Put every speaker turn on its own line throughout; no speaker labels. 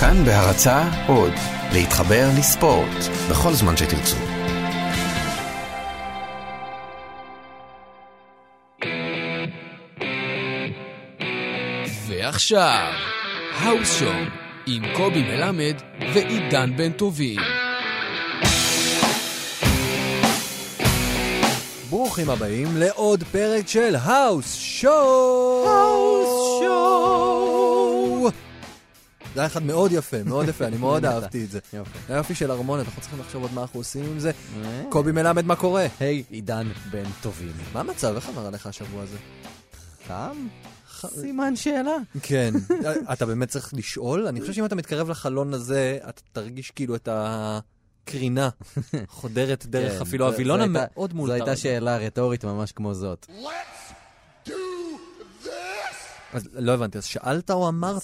כאן בהרצה עוד, להתחבר לספורט, בכל זמן שתרצו.
ועכשיו, האוס שואו עם קובי מלמד ועידן בן טובים.
ברוכים הבאים לעוד פרק של האוס שואו!
האוס
שואו! זה היה אחד מאוד יפה, מאוד יפה, אני מאוד
נהנית.
אהבתי את זה.
יופי. אה.
היה יופי של ארמונת, אנחנו צריכים לחשוב עוד מה אנחנו עושים עם זה. קובי מלמד, מה קורה?
היי, עידן בן טובים.
מה המצב? איך עבר עליך השבוע הזה?
חם? סימן שאלה.
כן. אתה באמת צריך לשאול? אני חושב שאם אתה מתקרב לחלון הזה, אתה תרגיש כאילו את הקרינה חודרת דרך
כן,
אפילו
זו-
הווילון
זו הייתה-
המאוד
זו
מאולתר.
הייתה שאלה רטורית ממש כמו זאת.
אז לא הבנתי, אז שאלת או אמרת?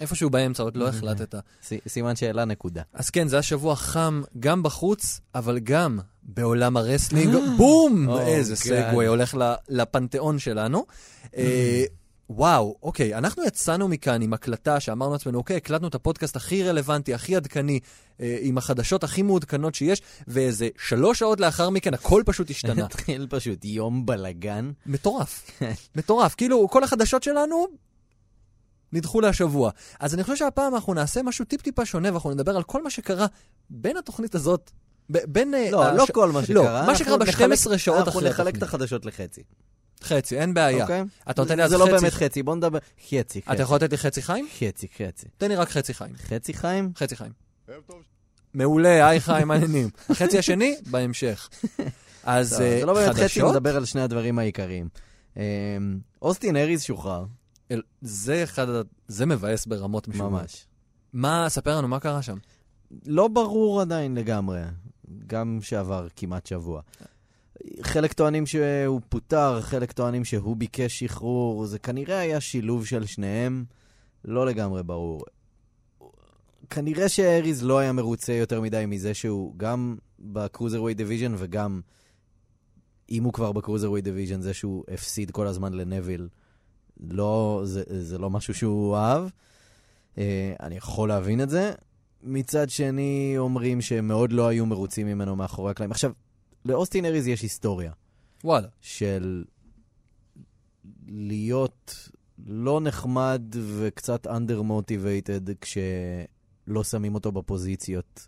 איפשהו באמצע, עוד לא החלטת.
ס- סימן שאלה נקודה.
אז כן, זה היה שבוע חם גם בחוץ, אבל גם בעולם הרסלינג. בום!
Oh,
איזה
God.
סגווי הולך ל- לפנתיאון שלנו. אה,
Hmm.
וואו, אוקיי, אנחנו יצאנו מכאן עם הקלטה שאמרנו לעצמנו, אוקיי, הקלטנו את הפודקאסט הכי רלוונטי, הכי עדכני, אה, עם החדשות הכי מעודכנות שיש, ואיזה שלוש שעות לאחר מכן הכל פשוט השתנה.
התחיל פשוט יום בלגן.
מטורף. מטורף. כאילו, כל החדשות שלנו נדחו להשבוע. אז אני חושב שהפעם אנחנו נעשה משהו טיפ-טיפה שונה, ואנחנו נדבר על כל מה שקרה בין התוכנית הזאת, ב- בין... אה,
לא, לא
הש-
כל מה שקרה.
מה
אנחנו
שקרה ב-12
נחלק-
שעות
אנחנו
אחרי
נחלק
התוכנית.
את החדשות לחצי.
חצי, אין בעיה.
אוקיי?
אתה נותן לי אז
זה לא
חצי.
באמת חצי, בוא נדבר... חצי, חצי.
אתה יכול לתת לי חצי חיים?
חצי, חצי.
תן לי רק חצי חיים.
חצי חיים?
חצי חיים. מעולה, היי חיים, מה העניינים? החצי השני, בהמשך. אז
טוב,
אה,
זה לא באמת חצי,
חדשות?
נדבר על שני הדברים העיקריים. אמ, אוסטין אריז שוחרר,
אל- זה אחד ה... זה מבאס ברמות משום מה.
ממש.
מה, ספר לנו מה קרה שם.
לא ברור עדיין לגמרי, גם שעבר כמעט שבוע. חלק טוענים שהוא פוטר, חלק טוענים שהוא ביקש שחרור, זה כנראה היה שילוב של שניהם, לא לגמרי ברור. כנראה שאריז לא היה מרוצה יותר מדי מזה שהוא גם בקרוזרווי דיוויז'ן וגם, אם הוא כבר בקרוזרווי דיוויז'ן, זה שהוא הפסיד כל הזמן לנביל, לא, זה, זה לא משהו שהוא אהב. אה, אני יכול להבין את זה. מצד שני, אומרים שהם מאוד לא היו מרוצים ממנו מאחורי הקלעים. עכשיו, לאוסטין אריז יש היסטוריה
וואלה.
של להיות לא נחמד וקצת under motivated כשלא שמים אותו בפוזיציות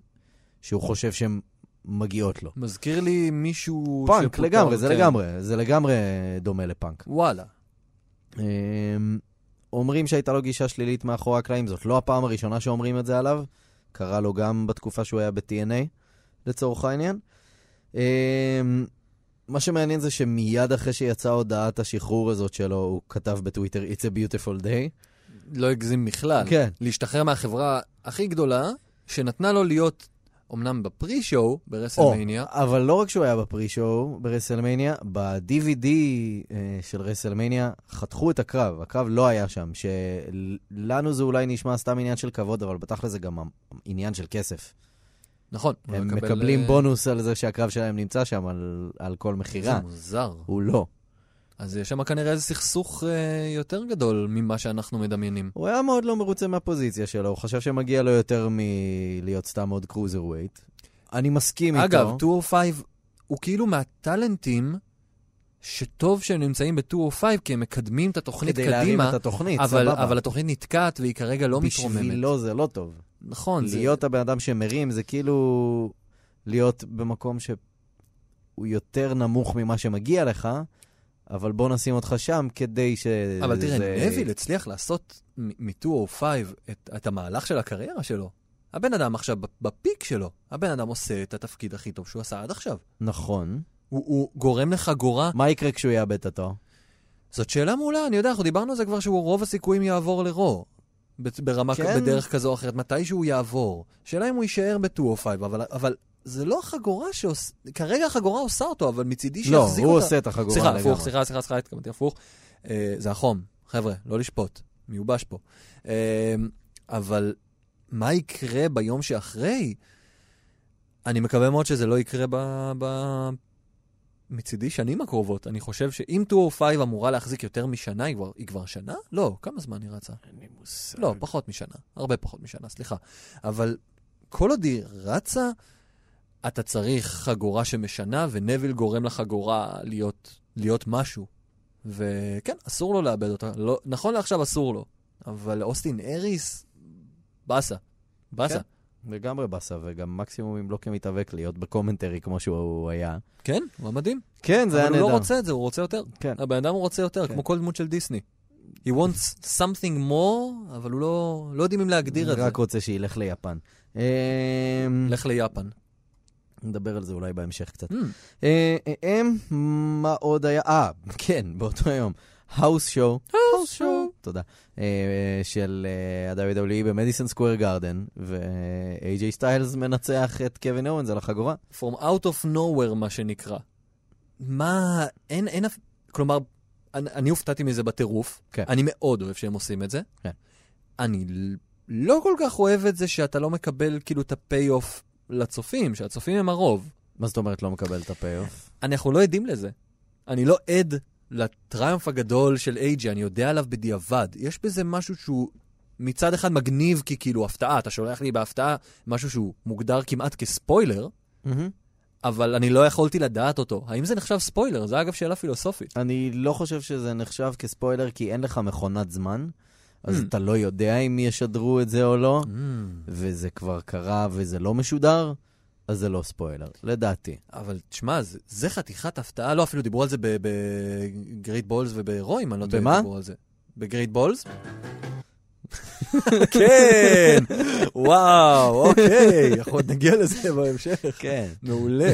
שהוא חושב שהן מגיעות לו.
מזכיר לי מישהו...
פאנק,
שפוטר,
לגמרי, זה
כן.
לגמרי, זה לגמרי דומה לפאנק.
וואלה.
אמ, אומרים שהייתה לו גישה שלילית מאחורי הקלעים, זאת לא הפעם הראשונה שאומרים את זה עליו, קרה לו גם בתקופה שהוא היה ב-TNA, לצורך העניין. אמ, מה שמעניין זה שמיד אחרי שיצאה הודעת השחרור הזאת שלו, הוא כתב בטוויטר It's a beautiful day.
לא הגזים בכלל.
כן.
להשתחרר מהחברה הכי גדולה, שנתנה לו להיות, אמנם בפרי-שואו,
או,
ברסלמניה,
אבל לא רק שהוא היה בפרי-שואו ברסלמניה, ב-DVD אה, של רסלמניה חתכו את הקרב, הקרב לא היה שם, שלנו זה אולי נשמע סתם עניין של כבוד, אבל בתכל'ס זה גם עניין של כסף.
נכון. הוא
הם
מקבל,
מקבלים
אה,
בונוס על זה שהקרב שלהם נמצא שם, על, על כל מכירה.
זה מוזר.
הוא לא.
אז יש שם כנראה איזה סכסוך אה, יותר גדול ממה שאנחנו מדמיינים.
הוא היה מאוד לא מרוצה מהפוזיציה שלו, הוא חשב שמגיע לו יותר מלהיות סתם עוד קרוזר ווייט. אני מסכים איתו.
אגב, 205 הוא כאילו מהטאלנטים שטוב שהם נמצאים ב-205, כי הם מקדמים את התוכנית
כדי להרים
קדימה,
את התוכנית,
אבל-
סבבה.
אבל התוכנית נתקעת והיא כרגע לא מתרוממת.
בשבילו זה לא טוב.
נכון, זה-
להיות הבן אדם שמרים זה כאילו להיות במקום שהוא יותר נמוך ממה שמגיע לך, אבל בוא נשים אותך שם כדי ש...
אבל תראה,
אה, זה-
נביל הצליח לעשות מ-205 את, את המהלך של הקריירה שלו. הבן אדם עכשיו ב- בפיק שלו, הבן אדם עושה את התפקיד הכי טוב שהוא עשה עד עכשיו.
נכון.
הוא, הוא גורם לחגורה,
מה יקרה כשהוא יאבד את התואר?
זאת שאלה מעולה, אני יודע, אנחנו דיברנו על זה כבר שהוא רוב הסיכויים יעבור לרו. ב- ברמה,
כן.
בדרך כזו או אחרת, מתי שהוא יעבור. שאלה אם הוא יישאר ב-205, אבל, אבל זה לא החגורה שעושה, כרגע החגורה עושה אותו, אבל מצידי שיחזיק
לא,
אותה.
הוא עושה את החגורה
סליחה,
לגמרי.
הפוך, סליחה, סליחה, סליחה, התכוונתי הפוך. אה, זה החום, חבר'ה, לא לשפוט, מיובש פה. אה, אבל מה יקרה ביום שאחרי? אני מקווה מאוד שזה לא יקרה ב... ב... מצידי שנים הקרובות. אני חושב שאם 205 אמורה להחזיק יותר משנה, היא כבר, היא כבר שנה? לא, כמה זמן היא רצה?
אין לי מושג.
לא, פחות משנה. הרבה פחות משנה, סליחה. אבל כל עוד היא רצה, אתה צריך חגורה שמשנה, ונביל גורם לחגורה להיות, להיות משהו. וכן, אסור לו לאבד אותה. לא, נכון לעכשיו אסור לו, אבל אוסטין אריס, באסה. באסה.
כן. לגמרי באסה, וגם מקסימום אם לא כמתאבק להיות בקומנטרי כמו שהוא היה.
כן, הוא היה מדהים.
כן, זה היה
אבל
נהדר.
הוא לא רוצה את זה, הוא רוצה יותר.
כן.
הבן אדם הוא רוצה יותר,
כן.
כמו כל דמות של דיסני. He wants something more, אבל הוא לא, לא יודעים אם להגדיר את זה.
רק רוצה שילך ליפן. אמ,
לך ליפן.
נדבר על זה אולי בהמשך קצת.
Mm,
אה, אה, אמ, מה עוד היה? אה, כן, באותו יום. האוס שואו. האוס
שואו.
תודה. אה, של אה, ה-WWE במדיסון סקוויר גארדן, ואיי-ג'יי סטיילס מנצח את קווין אורנס על החגורה.
From out of nowhere, מה שנקרא. מה, אין, אין אף... כלומר, אני, אני הופתעתי מזה בטירוף.
כן.
אני מאוד אוהב שהם עושים את זה.
כן.
אני ל- לא כל כך אוהב את זה שאתה לא מקבל כאילו את הפי-אוף לצופים, שהצופים הם הרוב.
מה זאת אומרת לא מקבל את הפי-אוף?
אנחנו לא עדים לזה. אני לא עד לטריומף הגדול של אייג'י, אני יודע עליו בדיעבד. יש בזה משהו שהוא מצד אחד מגניב, כי כאילו הפתעה, אתה שולח לי בהפתעה משהו שהוא מוגדר כמעט כספוילר, אבל אני לא יכולתי לדעת אותו. האם זה נחשב ספוילר? זו אגב שאלה פילוסופית.
אני לא חושב שזה נחשב כספוילר, כי אין לך מכונת זמן, אז
Hmm.
אתה לא יודע אם ישדרו את זה או
Mm.
לא, וזה כבר קרה וזה לא משודר, אז זה לא ספוילר, לדעתי.
אבל תשמע, זה, זה חתיכת הפתעה, לא, אפילו דיברו על זה בגרייט בולס וברוי, אם אני לא טועה,
במה?
דיברו על זה. בגרייט בולס? כן! וואו, אוקיי, אנחנו עוד נגיע לזה בהמשך.
כן.
מעולה.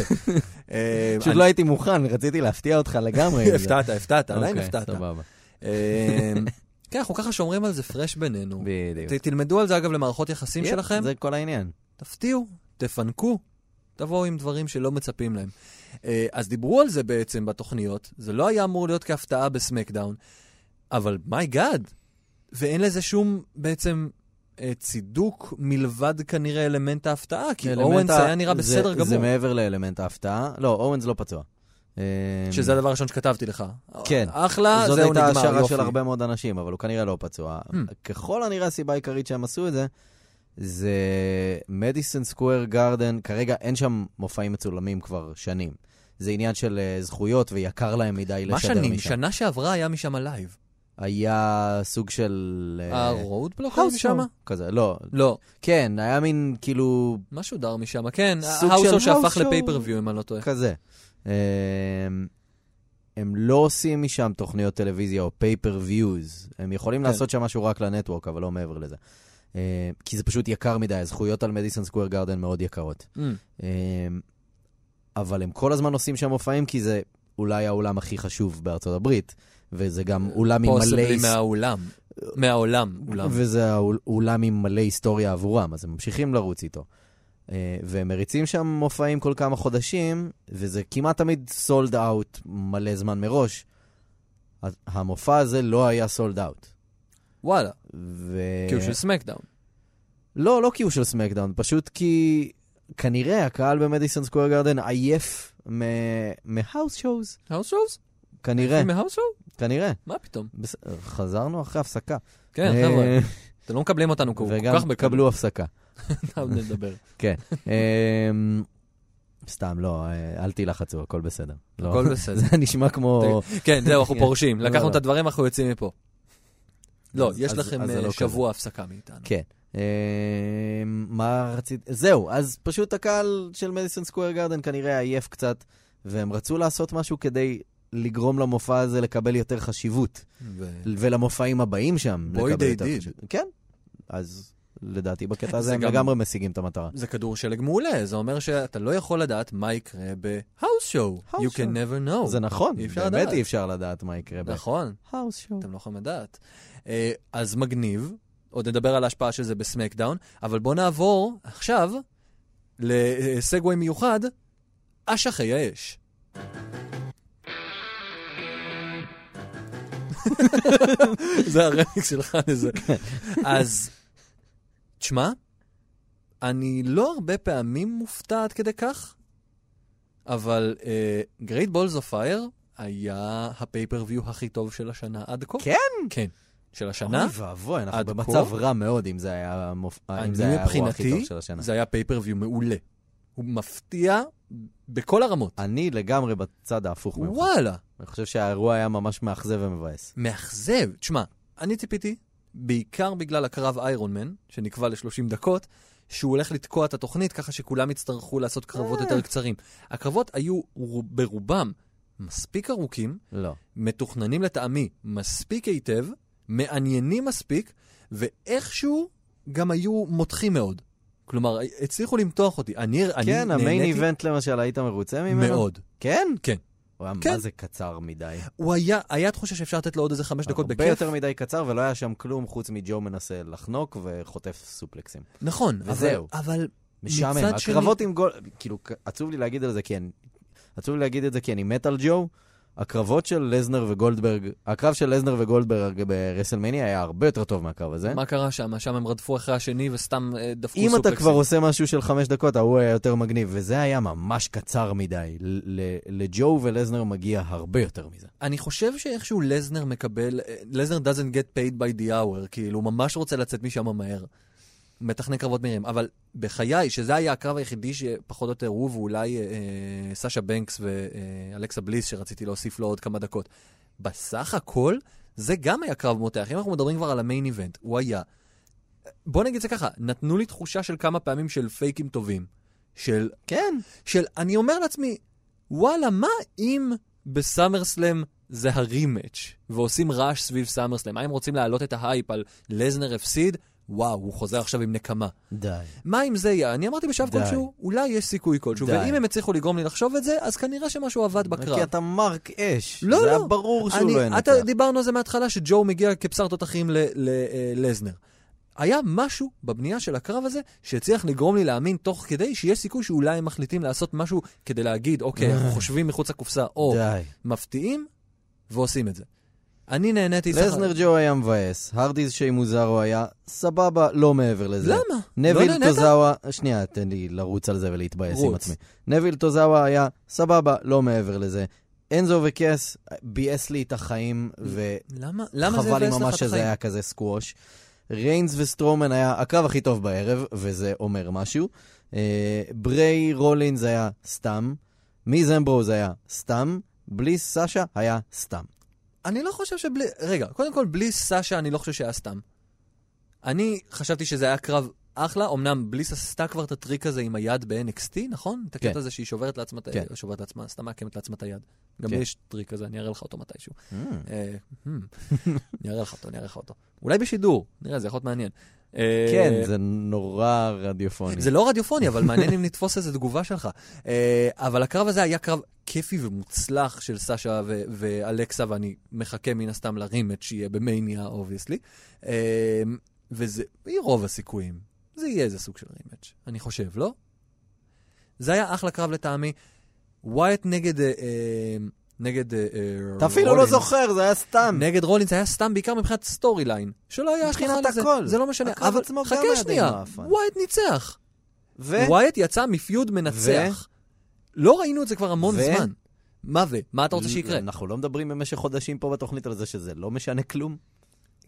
אה,
פשוט לא הייתי מוכן, רציתי להפתיע אותך לגמרי.
אני-
עם זה.
הפתעת, הפתעת, עדיין
אוקיי,
הפתעת.
סבבה,
אה, כן, אנחנו ככה שומרים על זה פרש בינינו.
בדיוק.
ת- תלמדו על זה, אגב, למערכות יחסים
יפ,
שלכם.
זה כל העניין.
תפתיעו, תפנקו, תבואו עם דברים שלא מצפים להם. אה, אז דיברו על זה בעצם בתוכניות, זה לא היה אמור להיות כהפתעה בסמקדאון, אבל מיי גאד, ואין לזה שום בעצם אה, צידוק מלבד כנראה אלמנט ההפתעה, כי
אלמנט
אורנס
ה-
היה נראה
זה-
בסדר גמור.
זה מעבר לאלמנט ההפתעה. לא, אורנס לא פצוע. אה,
שזה הדבר הראשון שכתבתי לך.
כן.
אחלה, אה, זהו נגמר, יופי.
זאת הייתה השערה של הרבה מאוד אנשים, אבל הוא כנראה לא פצוע.
Hmm.
ככל הנראה הסיבה העיקרית שהם עשו את זה, זה מדיסון סקוואר גארדן, כרגע אין שם מופעים מצולמים כבר שנים. זה עניין של אה, זכויות ויקר להם מדי
מה
לשדר
שנים?
משם.
שנה שעברה היה משם הלייב.
היה סוג של... אה,
הרוד בלוק האוס שמה?
כזה, לא.
לא,
כן, היה מין כאילו
מה שודר משם, כן,
סוג
האוס
של
שואו שהפך
האוס שואו.
לפייפריוויו, אם אני לא טועה.
כזה. הם, הם לא עושים משם תוכניות טלוויזיה או פייפר-ויוז. הם יכולים
כן.
לעשות שם משהו רק לנטוורק, אבל לא מעבר לזה. אה, כי זה פשוט יקר מדי, הזכויות על מדיסון סקוויר גארדן מאוד יקרות.
אמ,
אה, אבל הם כל הזמן עושים שם מופעים, כי זה אולי האולם הכי חשוב בארצות הברית, וזה גם אולם עם מלא...
פוסבלי
היס-
מהאולם. מהעולם, אולם.
וזה האול- אולם עם מלא היסטוריה עבורם, אז הם ממשיכים לרוץ איתו. אה, והם מריצים שם מופעים כל כמה חודשים, וזה כמעט תמיד סולד אאוט מלא זמן מראש. אז המופע הזה לא היה סולד אאוט.
וואלה,
אה. ו...
כי הוא של סמקדאון.
לא, לא כי הוא של סמקדאון, פשוט כי כנראה הקהל במדיסון סקוויר גרדן עייף מ... מהאוס שואוז.
האוס שואוס?
כנראה,
מהאוס שואו?
כנראה.
מה פתאום?
בס... חזרנו אחרי הפסקה.
כן,
אה,
חבר'ה, אתם לא מקבלים אותנו כל כך
וגם
בקלות.
קבלו הפסקה.
וגם נדבר.
אמ, סתם, לא, אה, אל תילחצו, הכל בסדר. לא.
הכל בסדר.
זה נשמע כמו...
כן, זהו, אנחנו
כן.
פורשים.
לא,
לקחנו
לא.
את הדברים, אנחנו יוצאים מפה. לא,
אז-
יש
אז-
לכם
אז זה
אה,
לא
שבוע הפסקה מאיתנו.
כזה. כן. אמ, מה רצית? זהו, אז פשוט הקהל של מדיסון סקוויר גרדן כנראה עייף קצת, והם רצו לעשות משהו כדי לגרום למופע הזה לקבל יותר חשיבות,
ו-
ולמופעים הבאים שם
Boy,
לקבל
they
יותר
did.
חשיבות. כן, אז לדעתי בקטע הזה
זה
הם
גם-
לגמרי משיגים את המטרה.
זה כדור שלג מעולה, זה אומר שאתה לא יכול לדעת מה יקרה בהאוס שואו.
House
You can
show.
never know.
זה נכון,
לא, אי אפשר
באמת
לדעת.
אי אפשר לדעת מה יקרה.
נכון,
בהאוס שואו.
אתם לא יכולים לדעת. אה, אז מגניב, עוד נדבר על ההשפעה של זה בסמקדאון, אבל בואו נעבור עכשיו לסגווי מיוחד, אשכי האש. זה הרמיקס שלך לזה. אז, תשמע, אני לא הרבה פעמים מופתע עד כדי כך, אבל גרייט בולס אוף פייר היה הפייפריוויו הכי טוב של השנה עד כה.
כן?
כן. של השנה.
אוי ואבוי, אנחנו
עד
במצב
כה?
רע מאוד אם זה היה המופ- אם
אני
זה היה האירוע הכי טוב
אה, מבחינתי,
של השנה.
זה היה פייפריוויו מעולה. הוא מפתיע בכל הרמות.
אני לגמרי בצד ההפוך ממך.
וואלה,
אני חושב שהאירוע היה ממש מאכזב ומבאס.
מאכזב. תשמע, אני ציפיתי, בעיקר בגלל הקרב איירון מן, שנקבע ל-30 דקות, שהוא הולך לתקוע את התוכנית ככה שכולם יצטרכו לעשות קרבות
אה.
יותר קצרים. הקרבות היו רוב- ברובם מספיק ארוכים,
לא.
מתוכננים לטעמי מספיק היטב, מעניינים מספיק, ואיכשהו גם היו מותחים מאוד. כלומר, הצליחו למתוח אותי. אני, אני
כן, המיין
נהניתי
איבנט למשל, היית מרוצה ממנו?
מאוד.
כן?
כן.
הוא היה
כן.
מה זה קצר מדי.
הוא היה, היה תחושה שאפשר לתת לו עוד איזה חמש דקות
הרבה
בכיף.
יותר מדי קצר, ולא היה שם כלום חוץ מג'ו מנסה לחנוק וחוטף סופלקסים.
נכון,
וזהו.
אבל, אבל
משעמם.
מצד שני-
הקרבות עם גול... כאילו, ק- עצוב לי להגיד על זה כי אני... עצוב לי להגיד את זה כי אני מת על ג'ו. הקרבות של לזנר וגולדברג, הקרב של לזנר וגולדברג ברסלמניה היה הרבה יותר טוב מהקרב הזה.
מה קרה שם? שם הם רדפו אחרי השני וסתם אה, דפקו
אם אתה
סופלקסים.
כבר עושה משהו של חמש דקות, ההוא היה יותר מגניב, וזה היה ממש קצר מדי. ל- ל- לג'ו ולזנר מגיע הרבה יותר מזה.
אני חושב שאיכשהו לזנר מקבל, אה, לזנר doesn't get paid by the hour, כאילו, הוא ממש רוצה לצאת משם מהר. מתכנן קרבות מהירים, אבל בחיי, שזה היה הקרב היחידי שפחות או יותר הוא ואולי אה, אה, סאשה בנקס ואלכסה בליס, שרציתי להוסיף לו עוד כמה דקות. בסך הכל, זה גם היה קרב מותח. אם אנחנו מדברים כבר על המיין איבנט, הוא היה... בוא נגיד זה ככה, נתנו לי תחושה של כמה פעמים של פייקים טובים. של
כן.
של אני אומר לעצמי, וואלה, מה אם בסאמרסלאם זה הרימץ' ועושים רעש סביב סאמרסלאם? מה אם רוצים להעלות את ההייפ על לזנר הפסיד? וואו, הוא חוזר עכשיו עם נקמה.
די.
מה אם זה יהיה? אני אמרתי בשלב
די.
כלשהו, אולי יש סיכוי כלשהו,
די.
ואם הם הצליחו לגרום לי לחשוב את זה, אז כנראה שמשהו עבד בקרב.
כי אתה מרק אש.
לא,
זה היה
לא.
ברור שהוא
אני,
לא ינצח.
אתה, דיברנו על זה מההתחלה, שג'ו מגיע כבשר תותחים ל- ל- אה, לזנר. היה משהו בבנייה של הקרב הזה שהצליח לגרום לי להאמין תוך כדי שיש סיכוי שאולי הם מחליטים לעשות משהו כדי להגיד, אוקיי, אנחנו חושבים מחוץ לקופסה, או
אה. די.
מפתיעים, ועושים את זה. אני נהניתי... סך-
לזנר ג'ו היה מבאס, הרדיז שי מוזרו היה סבבה, לא מעבר לזה.
למה?
נביל
לא נהנית?
טוזאווה, שנייה, תן לי לרוץ על זה ולהתבאס עם
רוץ.
עצמי. נביל טוזאווה היה סבבה, לא מעבר לזה. אנזו וקס ביאס לי את החיים, וחבל
למה, למה זה
לי
מבאס לך
ממש
את החיים?
שזה היה כזה סקווש. ריינס וסטרומן היה הקרב הכי טוב בערב, וזה אומר משהו. אה, בריי רולינס היה סתם. מיז אמברוז היה סתם. בלי סאשה היה סתם.
אני לא חושב שבלי... רגע, קודם כל, בלי סאשה אני לא חושב שהיה סתם. אני חשבתי שזה היה קרב אחלה, אמנם בליס עשתה כבר את הטריק הזה עם היד ב-NXT, נכון? את הקטע
כן.
הזה שהיא שוברת לעצמה, את ה-
כן.
שוברת לעצמה, סתם מעקמת לעצמה את היד. גם
כן.
לי יש טריק כזה, אני אראה לך אותו מתישהו. אה, hmm. אני אראה לך אותו, אני אראה לך אותו. אולי בשידור, נראה, זה יכול להיות מעניין. אה,
כן, זה נורא רדיופוני.
זה לא רדיופוני, אבל מעניין אם נתפוס איזה תגובה שלך. אה, אבל הקרב הזה היה קרב כיפי ומוצלח של סאשה ו- ואלכסה, ואני מחכה מן הסתם לרימט שיהיה במאניה, אובייסלי. וזה יהיה רוב הסיכויים. זה יהיה איזה סוג של רימט, אני חושב, לא? זה היה אחלה קרב לטעמי. ווייט נגד... אה, אה, נגד... אה, אה,
אתה אפילו לא
רולינס.
זוכר, זה היה סתם.
נגד רולינס היה סתם בעיקר מבחינת סטורי ליין, שלא היה
מבחינת
השלכה לזה,
הכל.
זה לא משנה,
הקרב
אבל
עצמו גם היה
חכה
די
שנייה,
מעפן.
ווייט ניצח.
ו...
ווייט יצא מפיוד מנצח. לא ראינו את זה כבר המון
ו-
זמן. מה ו? מה אתה רוצה שיקרה?
אנחנו לא מדברים במשך חודשים פה בתוכנית על זה שזה לא משנה כלום.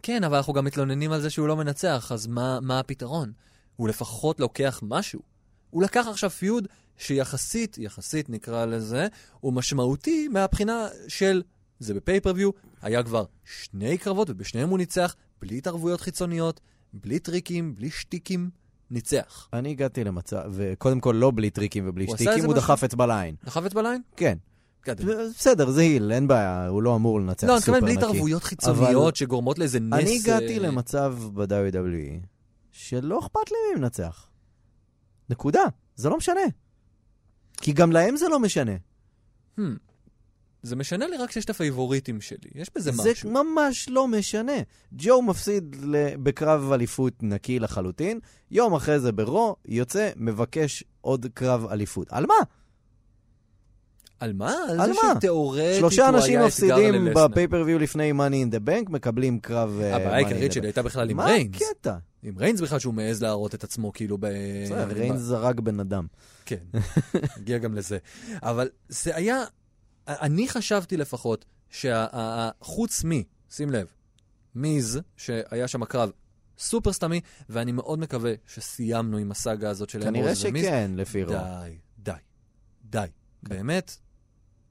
כן, אבל אנחנו גם מתלוננים על זה שהוא לא מנצח, אז מה, מה הפתרון? הוא לפחות לוקח משהו. הוא לקח עכשיו פיוד שיחסית, יחסית נקרא לזה, הוא משמעותי מהבחינה של, זה בפייפריוויו, היה כבר שני קרבות ובשניהם הוא ניצח, בלי התערבויות חיצוניות, בלי טריקים, בלי שטיקים, ניצח.
אני הגעתי למצב, וקודם כל לא בלי טריקים ובלי
הוא עשה
שטיקים,
איזה
הוא
משהו?
דחף אצבע לעין.
נחב אצבע לעין?
כן.
גדל.
בסדר, זה היל, אין בעיה, הוא לא אמור לנצח סופר
לא, אני
נקי.
מתכוון בלי התערבויות חיצוניות שגורמות לאיזה נס...
אני הגעתי
אה,
למצב ב-WWE שלא אכפת לי מי מנצח. נקודה. זה לא משנה. כי גם להם זה לא משנה.
hmm, זה משנה לי רק שיש את הפייבוריטים שלי. יש בזה
זה
משהו.
ממש לא משנה. ג'ו מפסיד ל- בקרב אליפות נקי לחלוטין, יום אחרי זה ברו, יוצא, מבקש עוד קרב אליפות. על מה?
על מה? על,
על
זה
מה?
שתיאורטית
שלושה
הוא
אנשים
אה, היה
מפסידים
אתגר ללסנר.
בפייפריוויו לפני Money in the Bank, מקבלים קרב אה,
הבעיה
Money in the
העיקרית שלי
Bank.
הייתה בכלל עם
מה כן.
ריינס.
הקטע?
עם ריינס בכלל שהוא מעז להראות את עצמו כאילו ב...
בסדר,
ב-
ריינס זרק בן אדם.
כן, נגיע גם לזה. אבל זה היה, אני חשבתי לפחות, שחוץ מ, שים לב, מיז, שהיה שם הקרב סופר סתמי, ואני מאוד מקווה שסיימנו עם הסאגה הזאת של
כנראה
אמברוז ומיז.
שכן, לפי רוב.
די, די, די.
כן.
באמת,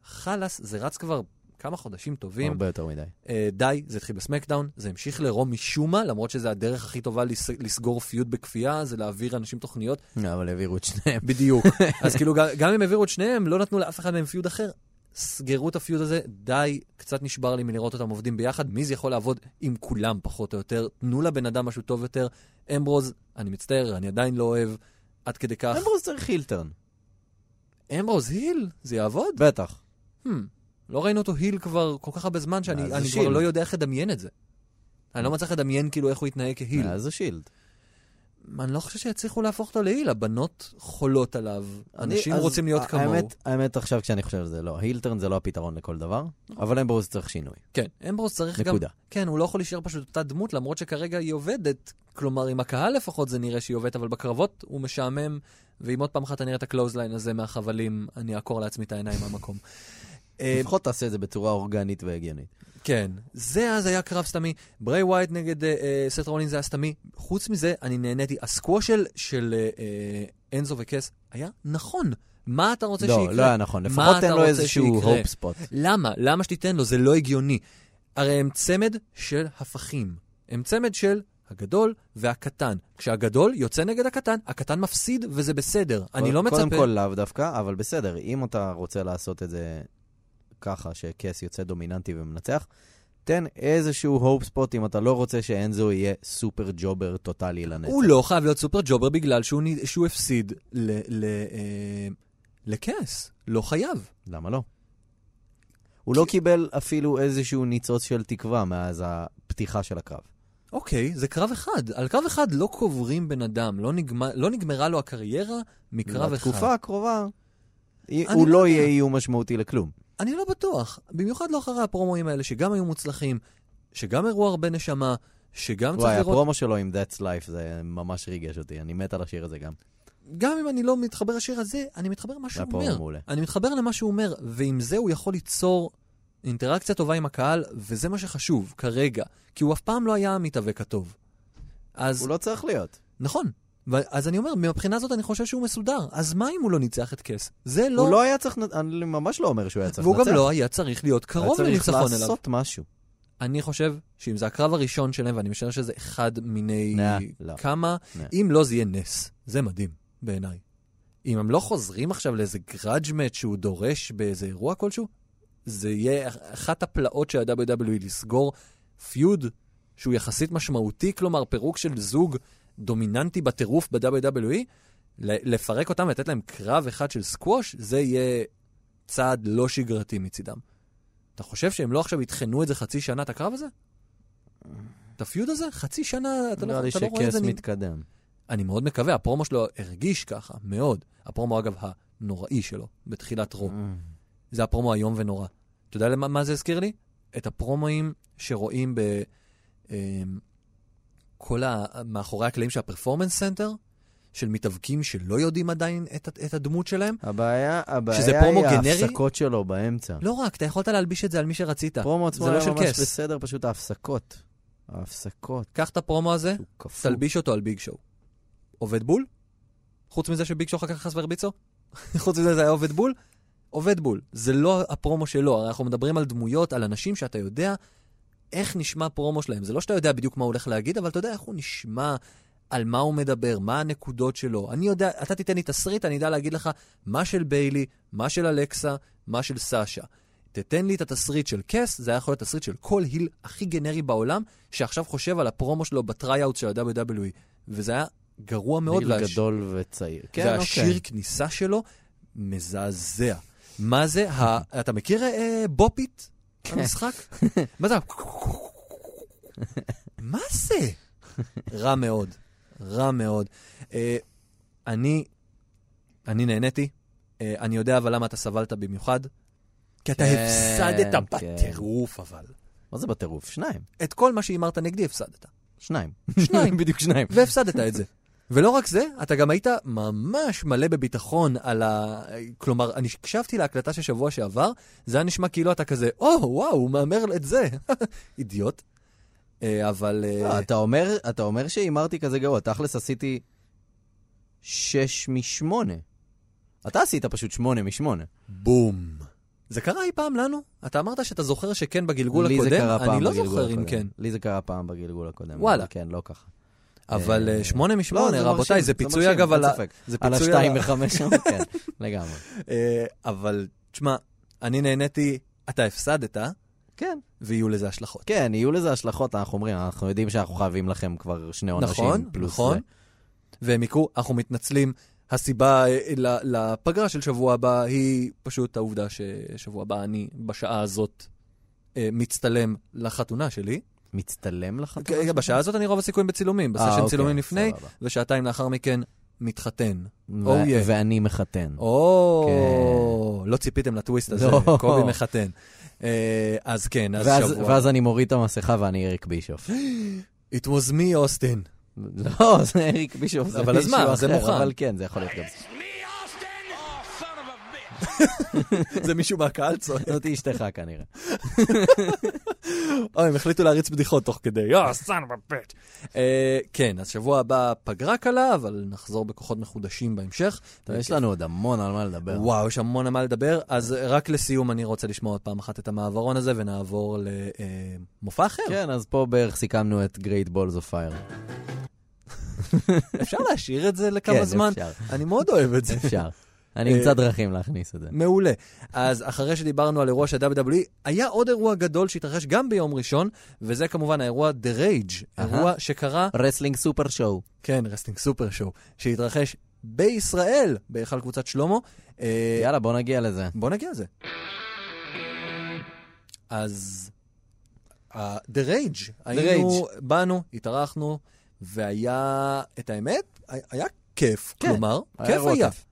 חלאס, זה רץ כבר כמה חודשים טובים.
הרבה יותר מדי.
אה, די, זה התחיל בסמקדאון, זה המשיך לרו משום מה, למרות שזה הדרך הכי טובה לס- לסגור פיוד בכפייה, זה להעביר אנשים תוכניות.
לא, אבל העבירו את שניהם.
בדיוק. אז כאילו, גם- גם אם העבירו את שניהם, לא נתנו לאף אחד מהם פיוד אחר. סגרו את הפיוד הזה, די, קצת נשבר לי מלראות אותם עובדים ביחד. מי זה יכול לעבוד עם כולם, פחות או יותר? תנו לבן אדם משהו טוב יותר. אמברוז, אני מצטער, אני עדיין לא אוהב, עד כדי כך.
אמברוז צריך הילטרן.
אמברוז היל, זה יעבוד?
בטח.
Hmm, לא ראינו אותו היל כבר כל כך הרבה זמן, שאני
אז
אני כבר
שילד.
לא יודע איך לדמיין את זה. אני לא מצליח לדמיין כאילו איך הוא יתנהג כהיל.
אז אה, זה שילד.
אני לא חושב שיצליחו להפוך אותו להיל, הבנות חולות עליו,
אני-
אנשים
אז
רוצים להיות
ה-
כמוהו.
האמת, האמת עכשיו כשאני חושב על זה, לא. הילטרן זה לא הפתרון לכל דבר,
נכון.
אבל אמברוז צריך שינוי.
כן, אמברוז צריך גם...
נקודה.
כן, הוא לא יכול להישאר פשוט אותה דמות, למרות שכרגע היא עובדת. כלומר, עם הקהל לפחות זה נראה שהיא עובדת, אבל בקרבות הוא משעמם, ואם עוד פעם אחת אני אראה את הקלוזליין הזה מהחבלים, אני אעקור לעצמי את העיניים מהמקום. אה,
לפחות תעשה את זה בצורה אורגנית והגיונית.
כן, זה אז היה קרב סתמי. ברי ווייט נגד אה, אה, סט רולינס זה היה סתמי. חוץ מזה, אני נהניתי. הסקוושל של אה, אה, אנזו וקס היה נכון. מה אתה רוצה
לא,
שיקרה?
לא היה נכון.
מה
לפחות
אתה
תן לו
רוצה
איזשהו
שיקרה?
הופ ספוט.
למה? למה שתיתן לו? זה לא הגיוני. הרי הם צמד של הפכים. הם צמד של הגדול והקטן. כשהגדול יוצא נגד הקטן, הקטן מפסיד, וזה בסדר. אני לא מצפה...
קודם כל לאו דווקא, אבל בסדר, אם אתה רוצה לעשות את זה ככה, שקס יוצא דומיננטי ומנצח, תן איזשהו הופ ספוט אם אתה לא רוצה שאנזו יהיה סופר ג'ובר טוטאלי לנצח.
הוא לא חייב להיות סופר ג'ובר בגלל שהוא, נ- שהוא הפסיד ל... ל... אה, לכס. לא חייב.
למה לא? הוא לא קיבל אפילו איזשהו ניצוץ של תקווה מאז הפתיחה של הקרב.
אוקיי, זה קרב אחד. על קרב אחד לא קוברים בן אדם, לא, נגמ... לא נגמרה לו הקריירה מקרב אחד.
בתקופה הקרובה,
אני
הוא
לא
לא
יודע.
יהיה איום משמעותי לכלום.
אני לא בטוח, במיוחד לא אחרי הפרומואים האלה, שגם היו מוצלחים, שגם הראו הרבה נשמה, שגם צריך
וואי,
לראות...
הפרומו שלו עם That's Life זה ממש ריגש אותי, אני מת על השיר הזה גם.
גם אם אני לא מתחבר לשיר הזה, אני מתחבר למה שהוא
הפרומו
אומר.
מעולה.
אני מתחבר למה שהוא אומר, ועם זה הוא יכול ליצור אינטראקציה טובה עם הקהל, וזה מה שחשוב כרגע, כי הוא אף פעם לא היה המתאבק הטוב. אז
הוא לא צריך להיות.
נכון. ו- אז אני אומר, מבחינה זאת אני חושב שהוא מסודר. אז מה אם הוא לא ניצח את קס? זה לא...
הוא לא היה צריך, לנ- אני ממש לא אומר שהוא היה צריך לנצח.
והוא גם לא היה צריך להיות קרוב
היה
לניצחון
צריך
אליו.
לעשות משהו.
אני חושב שאם זה הקרב הראשון שלהם, ואני משער שזה אחד מיני
נה, לא.
כמה,
נה.
אם לא זה יהיה נס. זה מדהים, בעיניי. אם הם לא חוזרים עכשיו לאיזה גראג' מאט שהוא דורש באיזה אירוע כלשהו, זה יהיה אח- אחת הפלאות של ה-WWE לסגור פיוד שהוא יחסית משמעותי, כלומר פירוק של זוג דומיננטי בטירוף ב-WWE, ל- לפרק אותם ולתת להם קרב אחד של סקווש, זה יהיה צעד לא שגרתי מצידם. אתה חושב שהם לא עכשיו יטחנו את זה חצי שנה, את הקרב הזה? את הפיוד הזה? חצי שנה, אתה
נראה
לא,
לי
אתה לא רואה את
שכס
זה. נ-
מתקדם.
אני מאוד מקווה, הפרומו שלו הרגיש ככה, מאוד. הפרומו, אגב, הנוראי שלו, בתחילת רו. זה הפרומו איום ונורא. אתה יודע למה, מה זה הזכיר לי? את הפרומואים שרואים ב... אמ, כל ה... מאחורי הקלעים של הפרפורמנס סנטר, של מתאבקים שלא יודעים עדיין את, ה- את הדמות שלהם.
הבעיה, הבעיה
שזה פרומו
היא
גנרי?
ההפסקות שלו באמצע.
לא רק, אתה יכולת להלביש את זה על מי שרצית.
הפרומו עצמו
זה לא
היה
של
ממש
כס.
בסדר, פשוט ההפסקות. ההפסקות,
קח את הפרומו הזה,
הוא קפוא.
תלביש אותו על ביג שואו. עובד בול? חוץ מזה שביג שואו אחר כך חס והרביץ לו? חוץ מזה זה היה עובד בול? עובד בול. זה לא הפרומו שלו, הרי אנחנו מדברים על דמויות, על אנשים שאתה יודע איך נשמע פרומו שלהם. זה לא שאתה יודע בדיוק מה הוא הולך להגיד, אבל אתה יודע איך הוא נשמע, על מה הוא מדבר, מה הנקודות שלו. אני יודע, אתה תיתן לי תסריט, אני אדע להגיד לך מה של ביילי, מה של אלכסה, מה של סאשה. תתן לי את התסריט של קס, זה היה יכול להיות תסריט של כל היל הכי גנרי בעולם, שעכשיו חושב על הפרומו שלו בטרייאאוט של ה-WWE. וזה היה גרוע מאוד.
גיל
והש-
גדול וצעיר.
כן, והשיר אוקיי. כניסה שלו מזעזע. מה זה, ה... אתה מכיר אה, בופיט, המשחק? מה זה? ה- מה זה? רע מאוד, רע מאוד. אה, אני, אני נהניתי, אה, אני יודע אבל למה אתה סבלת במיוחד. כי אתה
כן,
הפסדת
כן.
בטירוף, אבל.
מה זה בטירוף? שניים.
את כל מה שהימרת נגדי הפסדת.
שניים.
שניים.
בדיוק שניים.
והפסדת את זה. ולא רק זה, אתה גם היית ממש מלא בביטחון על ה... כלומר, אני הקשבתי להקלטה של שבוע שעבר, זה היה נשמע כאילו אתה כזה, או, וואו, הוא מהמר את זה. אידיוט. אה, אבל... אה,
לא, אתה אומר, אתה אומר שהימרתי כזה גרוע, תכלס עשיתי שש משמונה. אתה עשית פשוט שמונה משמונה.
בום. זה קרה אי פעם לנו? אתה אמרת שאתה זוכר שכן בגלגול
לי
הקודם?
זה קרה פעם
אני לא
בגלגול
זוכר
הקודם.
אם כן.
לי זה קרה פעם בגלגול הקודם.
וואלה.
אבל כן, לא ככה.
אבל אה,
אה,
שמונה משמונה,
זה
רבותיי,
מרשים,
זה פיצוי
מרשים,
אגב
אין
על ה...
ספק.
זה
על
פיצוי
השתיים וחמש שם, כן, לגמרי.
אה, אבל, תשמע, אני נהניתי, אתה הפסדת,
כן,
ויהיו לזה השלכות.
כן, יהיו לזה השלכות, אנחנו אומרים, אנחנו יודעים שאנחנו חייבים לכם כבר שני עונשים.
נכון,
פלוס
נכון.
זה.
והם יקרו, אנחנו מתנצלים. הסיבה אה, ל- לפגרה של שבוע הבא היא פשוט העובדה ששבוע הבא אני בשעה הזאת אה, מצטלם לחתונה שלי.
מצטלם לך?
כן, בשעה הזאת אני רוב הסיכויים בצילומים,
אוקיי. אה,
בסשן
אוקיי,
צילומים לפני,
סבבה.
ושעתיים לאחר מכן מתחתן.
ו-
Oh, yeah.
ואני מחתן.
או, לא ציפיתם לטוויסט הזה,
לא.
קובי מחתן. אה, אז כן, אז
ואז-
שבוע.
ואז אני מוריד את המסכה ואני אריק בישוף.
It was me, אוסטין.
לא, זה אריק בישוף, זה
אבל אז מה,
מישהו
זה
אחר,
מוכן.
אבל כן, זה יכול להיות גם זה.
זה מישהו מהקהל צועק.
זאת אשתך כנראה.
אוי, הם החליטו להריץ בדיחות תוך כדי, יואו, סאן בבית. כן, אז שבוע הבא פגרה קלה, אבל נחזור בכוחות מחודשים בהמשך.
טוב, יש לנו עוד המון על מה לדבר.
וואו, יש המון על מה לדבר, אז רק לסיום אני רוצה לשמוע עוד פעם אחת את המעברון הזה, ונעבור למופע אחר.
כן, אז פה בערך סיכמנו את Great Balls of Fire.
אפשר להשאיר את זה
כן,
לכמה זמן?
אפשר,
אני מאוד אוהב את זה.
אפשר. אני אמצא דרכים להכניס את זה.
מעולה. אז אחרי שדיברנו על אירוע של WWE, היה עוד אירוע גדול שהתרחש גם ביום ראשון, וזה כמובן האירוע The Rage,
אהה.
אירוע שקרה,
רסלינג סופר שואו.
כן, רסטינג סופר שואו, שהתרחש בישראל, בהיכל קבוצת שלמה. אה,
יאללה, בוא נגיע לזה.
בוא נגיע לזה. אז ה- The Rage, היינו, באנו, התארחנו, והיה, את האמת, היה- היה כיף,
כן,
כלומר,
היה
כיף
אירוע
היה.
כיף.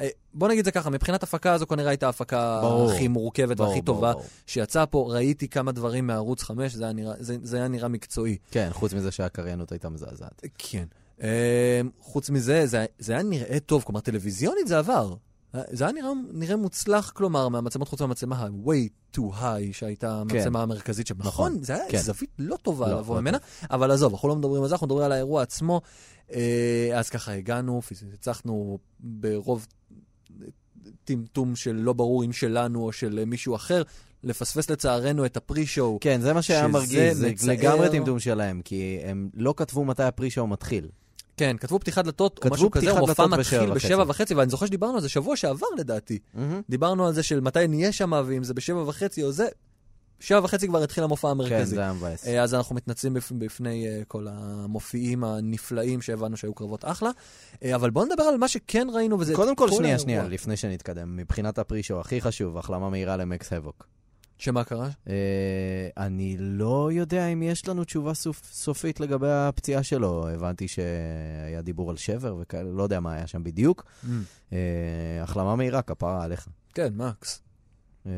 אה, בוא נגיד זה ככה, מבחינת הפקה זו כנראה הייתה ההפקה
ברור.
הכי מורכבת
ברור,
והכי
ברור,
טובה
ברור.
שיצאה פה. ראיתי כמה דברים מערוץ 5, זה היה נראה, זה, זה היה נראה מקצועי.
כן, חוץ מזה שהקריינות הייתה מזעזעת.
כן. אה, חוץ מזה, זה, זה היה נראה טוב, כלומר טלוויזיונית זה עבר. אה, זה היה נראה, נראה מוצלח, כלומר, מהמצלמות חוץ מהמצלמה ה-way too high, שהייתה המצלמה המרכזית שם. נכון,
כן. נכון,
זה היה
כן.
זווית לא טובה
לא,
לבוא
לא
ממנה, אבל עזוב, אנחנו לא מדברים על זה, אנחנו מדברים על האירוע עצמו. אה, אז ככה הגענו, הצלחנו ברוב טמטום של לא ברור אם שלנו או של אה, מישהו אחר, לפספס לצערנו את הפרי-שואו.
כן, זה מה שהיה
שזה
מרגיז, זה
מצער.
לגמרי טמטום שלהם, כי הם לא כתבו מתי הפרישו מתחיל.
כן, כתבו פתיחת דלתות, או
כתבו
משהו כזה,
פתיחת
המופע
דלתות
מתחיל
בשבע
בשבע וחצי, ואני זוכר שדיברנו על זה שבוע שעבר לדעתי. דיברנו על זה של מתי נהיה שם, ואם זה בשבע וחצי או זה, שבע וחצי כבר התחיל המופע
כן,
המרכזי.
זה היה מבאס.
אה, אז אנחנו מתנצלים בפ- בפני אה, כל המופיעים הנפלאים שהבנו שהיו קרבות אחלה. אה, אבל בואו נדבר על מה שכן ראינו, וזה... את
קודם כל,
כל
שנייה,
האירוע.
שנייה, לפני שנתקדם, מבחינת הפרישו הכי חשוב, החלמה מהירה למקס הבוק.
שמה קרה?
אה, אני לא יודע אם יש לנו תשובה סופ- סופית לגבי הפציעה שלו. הבנתי שהיה דיבור על שבר וכאלה, לא יודע מה היה שם בדיוק. אה, החלמה מהירה, כפרה עליך.
כן, מקס,
אה,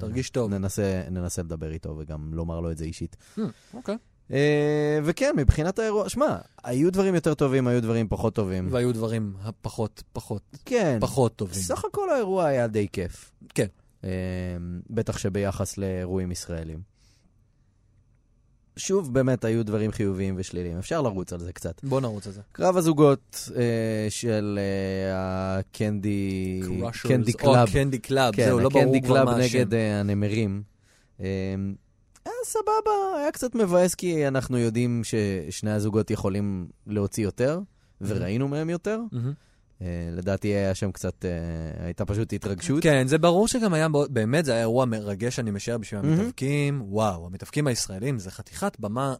תרגיש טוב.
ננסה, ננסה לדבר איתו וגם לומר לו את זה אישית.
אה, אוקיי.
אה, וכן, מבחינת האירוע, שמע, היו דברים יותר טובים, היו דברים פחות טובים.
והיו דברים הפחות, פחות,
כן,
פחות טובים.
סך הכל האירוע היה די כיף.
כן.
אה, בטח שביחס לאירועים ישראלים. שוב, באמת, היו דברים חיוביים ושליליים, אפשר לרוץ על זה קצת.
בואו נרוץ על זה.
קרב הזוגות אה, של אה, הקנדי... קנדי
או
קלאב.
קנדי קלאב,
אה, כן,
זהו, לא ברור
הקנדי
כבר
קלאב
מה השם.
נגד אה, הנמרים. אה, היה סבבה, היה קצת מבאס כי אנחנו יודעים ששני הזוגות יכולים להוציא יותר, וראינו מהם יותר.
מהמם.
אה, לדעתי היה שם קצת, אה, הייתה פשוט התרגשות.
כן, זה ברור שגם היה, מאוד- באמת, זה היה אירוע מרגש, אני משער, בשביל
מהמם.
המתאבקים. וואו, המתאבקים הישראלים זה חתיכת במה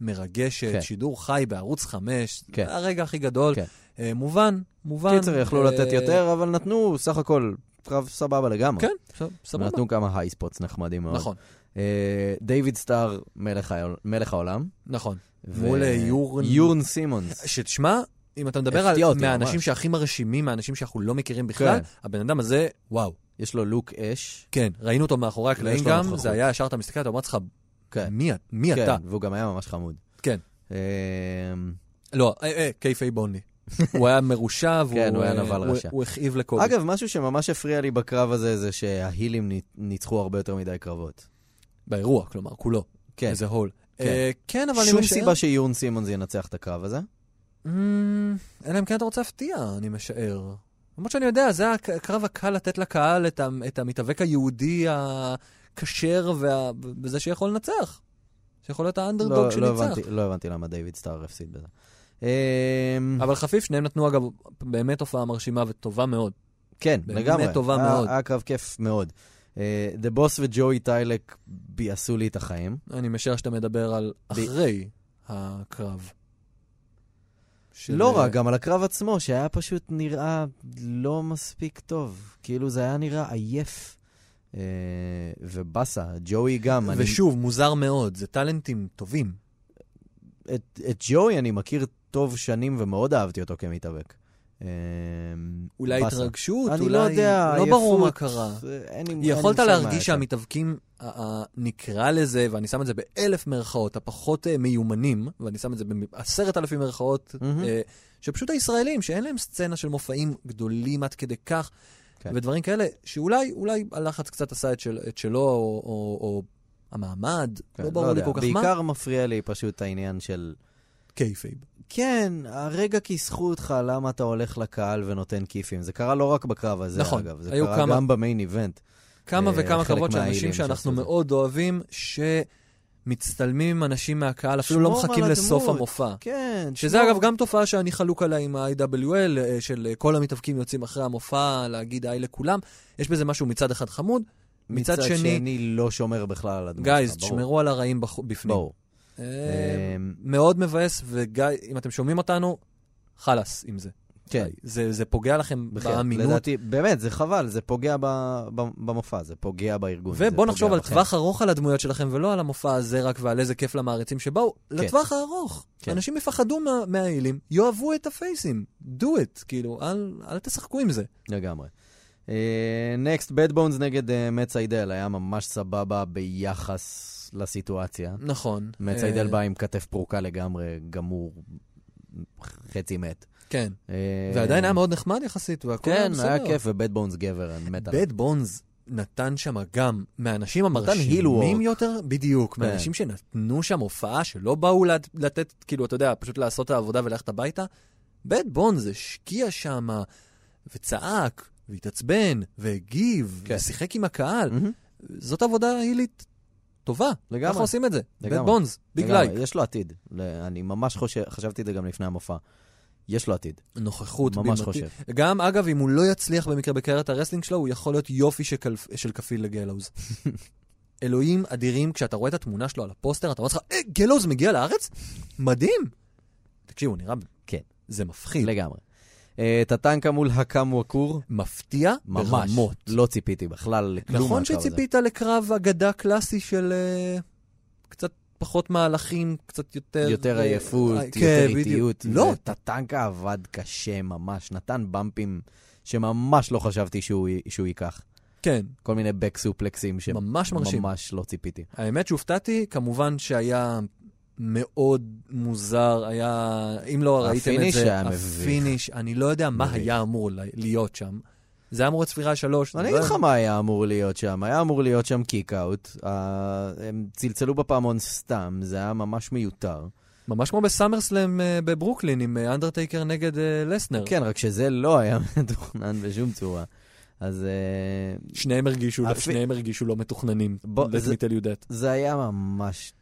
מרגשת,
כן.
שידור חי בערוץ 5,
כן.
זה הרגע הכי גדול.
כן.
אה, מובן, מובן.
קיצר, יכלו
אה,
לתת יותר, אבל נתנו סך הכל קרב סבבה לגמרי.
כן, ס- סבבה.
נתנו כמה הייספוטס נחמדים מאוד.
נכון,
אה, דיוויד סטאר, מלך העול- מלך העולם.
נכון.
ו-
מול, אה, יורן-
יורן סימונס.
שתשמע, אם אתה מדבר
הפתיע
על
אותי
מהאנשים
ממש.
שהכי מרשימים, מהאנשים שאנחנו לא מכירים בכלל,
כן.
הבן אדם הזה, וואו,
יש לו לוק אש.
כן, ראינו אותו מאחורי הקלעים
יש לו
גם,
נוכחות.
זה היה ישר, אתה מסתכל, אתה אומר לעצמך,
כן.
מי, מי
כן,
אתה?
והוא גם היה ממש חמוד.
כן.
אמ,
לא, אה, אה, קייפי בונלי. הוא היה מרושע, והוא
כן, הוא היה
אה,
נבל רשע.
הוא הכאיב לקובי.
אגב, משהו שממש הפריע לי בקרב הזה זה שההילים נ- ניצחו הרבה יותר מדי קרבות.
באירוע, כלומר, כולו.
כן.
איזה הול.
כן.
אה, כן, אבל אני
שום
משער-
סיבה שיורן סימונס ינצח את הקרב הזה.
אמ, אלא אם כן אתה רוצה להפתיע, אני משער. למרות שאני יודע, זה הק- הקרב הקל לתת לקהל את ה- את המתאבק היהודי הכשר וה- וזה שיכול לנצח. שיכול להיות האנדרדוג
לא לא
שניצח.
הבנתי- לא הבנתי למה דיוויד סטאר הפסיד בזה. אמ,
אבל חפיף, שניהם נתנו אגב באמת הופעה מרשימה וטובה מאוד.
כן,
באמת
לגמרי.
טובה
היה-
מאוד.
היה קרב כיף מאוד. אה, דה בוס וג'וי טיילק ביאסו לי את החיים.
אני משער שאתה מדבר על
ב-
אחרי הקרב. של- אה,
לא רע, גם על הקרב עצמו, שהיה פשוט נראה לא מספיק טוב. כאילו זה היה נראה עייף. אה, ובאסה, ג'וי גם. אני-
ושוב, מוזר מאוד, זה טאלנטים טובים.
את, את ג'וי אני מכיר טוב שנים ומאוד אהבתי אותו כמתאבק. אה,
אולי
באסה.
התרגשות,
אני
אולי...
לא יודע,
לא ברור מה
עייפות,
קרה.
אה, אין לי- אין לי
יכולת
מושג מה היה
להרגיש
שם.
שהמתאבקים, ה- ה- נקרא לזה, ואני שם את זה באלף מירכאות, הפחות אה, מיומנים, ואני שם את זה בעשרת אלפים מירכאות,
מהמם.
אה, שפשוט הישראלים, שאין להם סצנה של מופעים גדולים עד כדי כך,
כן.
ודברים כאלה, שאולי אולי הלחץ קצת עשה את, של, את שלו, או, או, או המעמד,
כן,
לא ברור לי
יודע.
כל כך מה.
בעיקר מפריע לי פשוט העניין של...
קייפייב.
כן, הרגע כיסחו אותך, למה אתה הולך לקהל ונותן כיפים. זה קרה לא רק בקרב הזה,
נכון,
אגב. זה
היו
קרה
כמה-
גם במיין איבנט.
כמה
אה,
וכמה
חלק
קרבות של
מהאלים
אנשים
שעשו
שאנחנו
את זה.
מאוד אוהבים, שמצטלמים עם אנשים מהקהל, אפילו לא
שמור על
מחכים לסוף
הדמות.
המופע.
כן,
שזה אגב גם תופעה שאני חלוק עליה עם ה-IWL, אה, של אה, כל המתאבקים יוצאים אחרי המופע, להגיד היי לכולם. יש בזה משהו מצד אחד חמוד, מצד
מצד
שני-
שני לא שומר בכלל על הדמות.
גייז,
שלך, ברור.
תשמרו על הרעים בח- בפנים.
ברור.
אה,
אמ,
מאוד מבאס, וגיא, אם אתם שומעים אותנו, חלאס עם זה.
כן.
זה זה פוגע לכם
בכלל,
באמינות.
לדעתי, באמת, זה חבל, זה פוגע ב, ב, במופע, זה פוגע בארגון. זה
ובואו
פוגע
נחשוב על
בכם.
טווח ארוך על הדמויות שלכם, ולא על המופע הזה רק ועל איזה כיף למעריצים שבאו. לטווח הארוך.
כן.
אנשים יפחדו מה- מהעילים, יאהבו את הפייסים. do it, כאילו, אל- אל תשחקו עם זה.
לגמרי. אה, נקסט, בד בונס נגד אה, מאט סיידל, היה ממש סבבה ביחס לסיטואציה.
נכון.
מאט
אה,
סיידל בא עם כתף פרוקה לגמרי, גמור, חצי מת.
כן.
אה,
ועדיין היה מאוד נחמד יחסית, והכל
כן, היה
בסדר.
כיף, ובד בונס גבר, אני מת עליו.
בד בונז נתן שם גם מהאנשים
heel
המרשימים
work.
יותר, בדיוק,
כן.
מהאנשים שנתנו שם הופעה, שלא באו לת- לתת, כאילו, אתה יודע, פשוט לעשות את העבודה וללכת הביתה. בד בונז השקיע שם, וצעק, והתעצבן, והגיב,
כן.
ושיחק עם הקהל.
מהמם.
זאת עבודה הילית טובה.
לגמרי.
ככה עושים את זה. בד
לגמרי.
בונז, ביג
לגמרי,
לייק.
יש לו עתיד. ל- אני ממש חושב, חשבתי את זה גם לפני המופע. יש לו עתיד,
נוכחות
ממש
בימתית.
חושב.
גם, אגב, אם הוא לא יצליח במקרה בקריירת הרסלינג שלו, הוא יכול להיות יופי שקל, של כפיל לגלוז. אלוהים אדירים, כשאתה רואה את התמונה שלו על הפוסטר, אתה אומר לך, אה, גלוז מגיע לארץ? מדהים! תקשיבו, נראה...
כן.
זה מפחיד.
לגמרי. אה, טטנקה מול הקאם וואקור.
מפתיע
ממש.
ברמות.
לא ציפיתי בכלל לכלום
נכון
מהקרב הזה.
שציפית לקרב אגדה קלאסי של אה, קצת פחות מהלכים, קצת יותר...
יותר
אה,
עייפות,
אה,
יותר
כן, בדיוק.
איטיות.
לא,
טנקה עבד קשה ממש, נתן במפים שממש לא חשבתי שהוא, י- שהוא ייקח.
כן,
כל מיני בק סופלקסים שממש
ממש מרשים.
לא ציפיתי.
האמת שהופתעתי, כמובן שהיה מאוד מוזר, היה, אם לא ראיתם את
הפיניש
זה,
היה מביך.
הפיניש, אני לא יודע מה
מביך.
היה אמור ל- להיות שם. זה היה אמור להיות ספירה שלוש.
אני
זה
אגיד
לא-
לך מה היה אמור להיות שם, היה אמור להיות שם קיק-אוט, uh, הם צלצלו בפעמון סתם, זה היה ממש מיותר.
ממש כמו בסאמרסלאם אה, בברוקלין עם אה, אנדרטייקר נגד אה, לסנר.
כן, רק שזה לא היה מתוכנן בשום צורה. אז אה,
שניהם הרגישו
הפ-
שניהם הרגישו לא מתוכננים,
בוא,
let
זה-
me tell you that.
זה היה ממש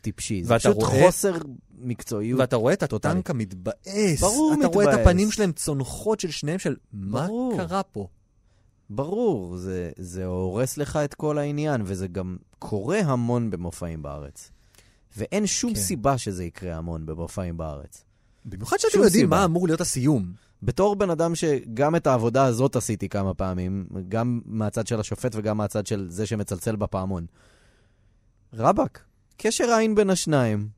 טיפשי, זה
ואתה
פשוט
רואה-
חוסר מקצועיות.
ואתה רואה את
טוטאלי.
הטנק המתבאס.
ברור
אתה רואה את
מתבאס.
הפנים שלהם צונחות של שניהם של מה
ברור.
קרה פה.
ברור, זה, זה הורס לך את כל העניין, וזה גם קורה המון במופעים בארץ. ואין שום
כן.
כן. סיבה שזה יקרה המון במופעים בארץ.
במיוחד שאתם
שום
יודעים
סיבה.
מה אמור להיות הסיום.
בתור בן אדם שגם את העבודה הזאת עשיתי כמה פעמים, גם מהצד של השופט וגם מהצד של זה שמצלצל בפעמון. רבאק, קשר עין בין השניים,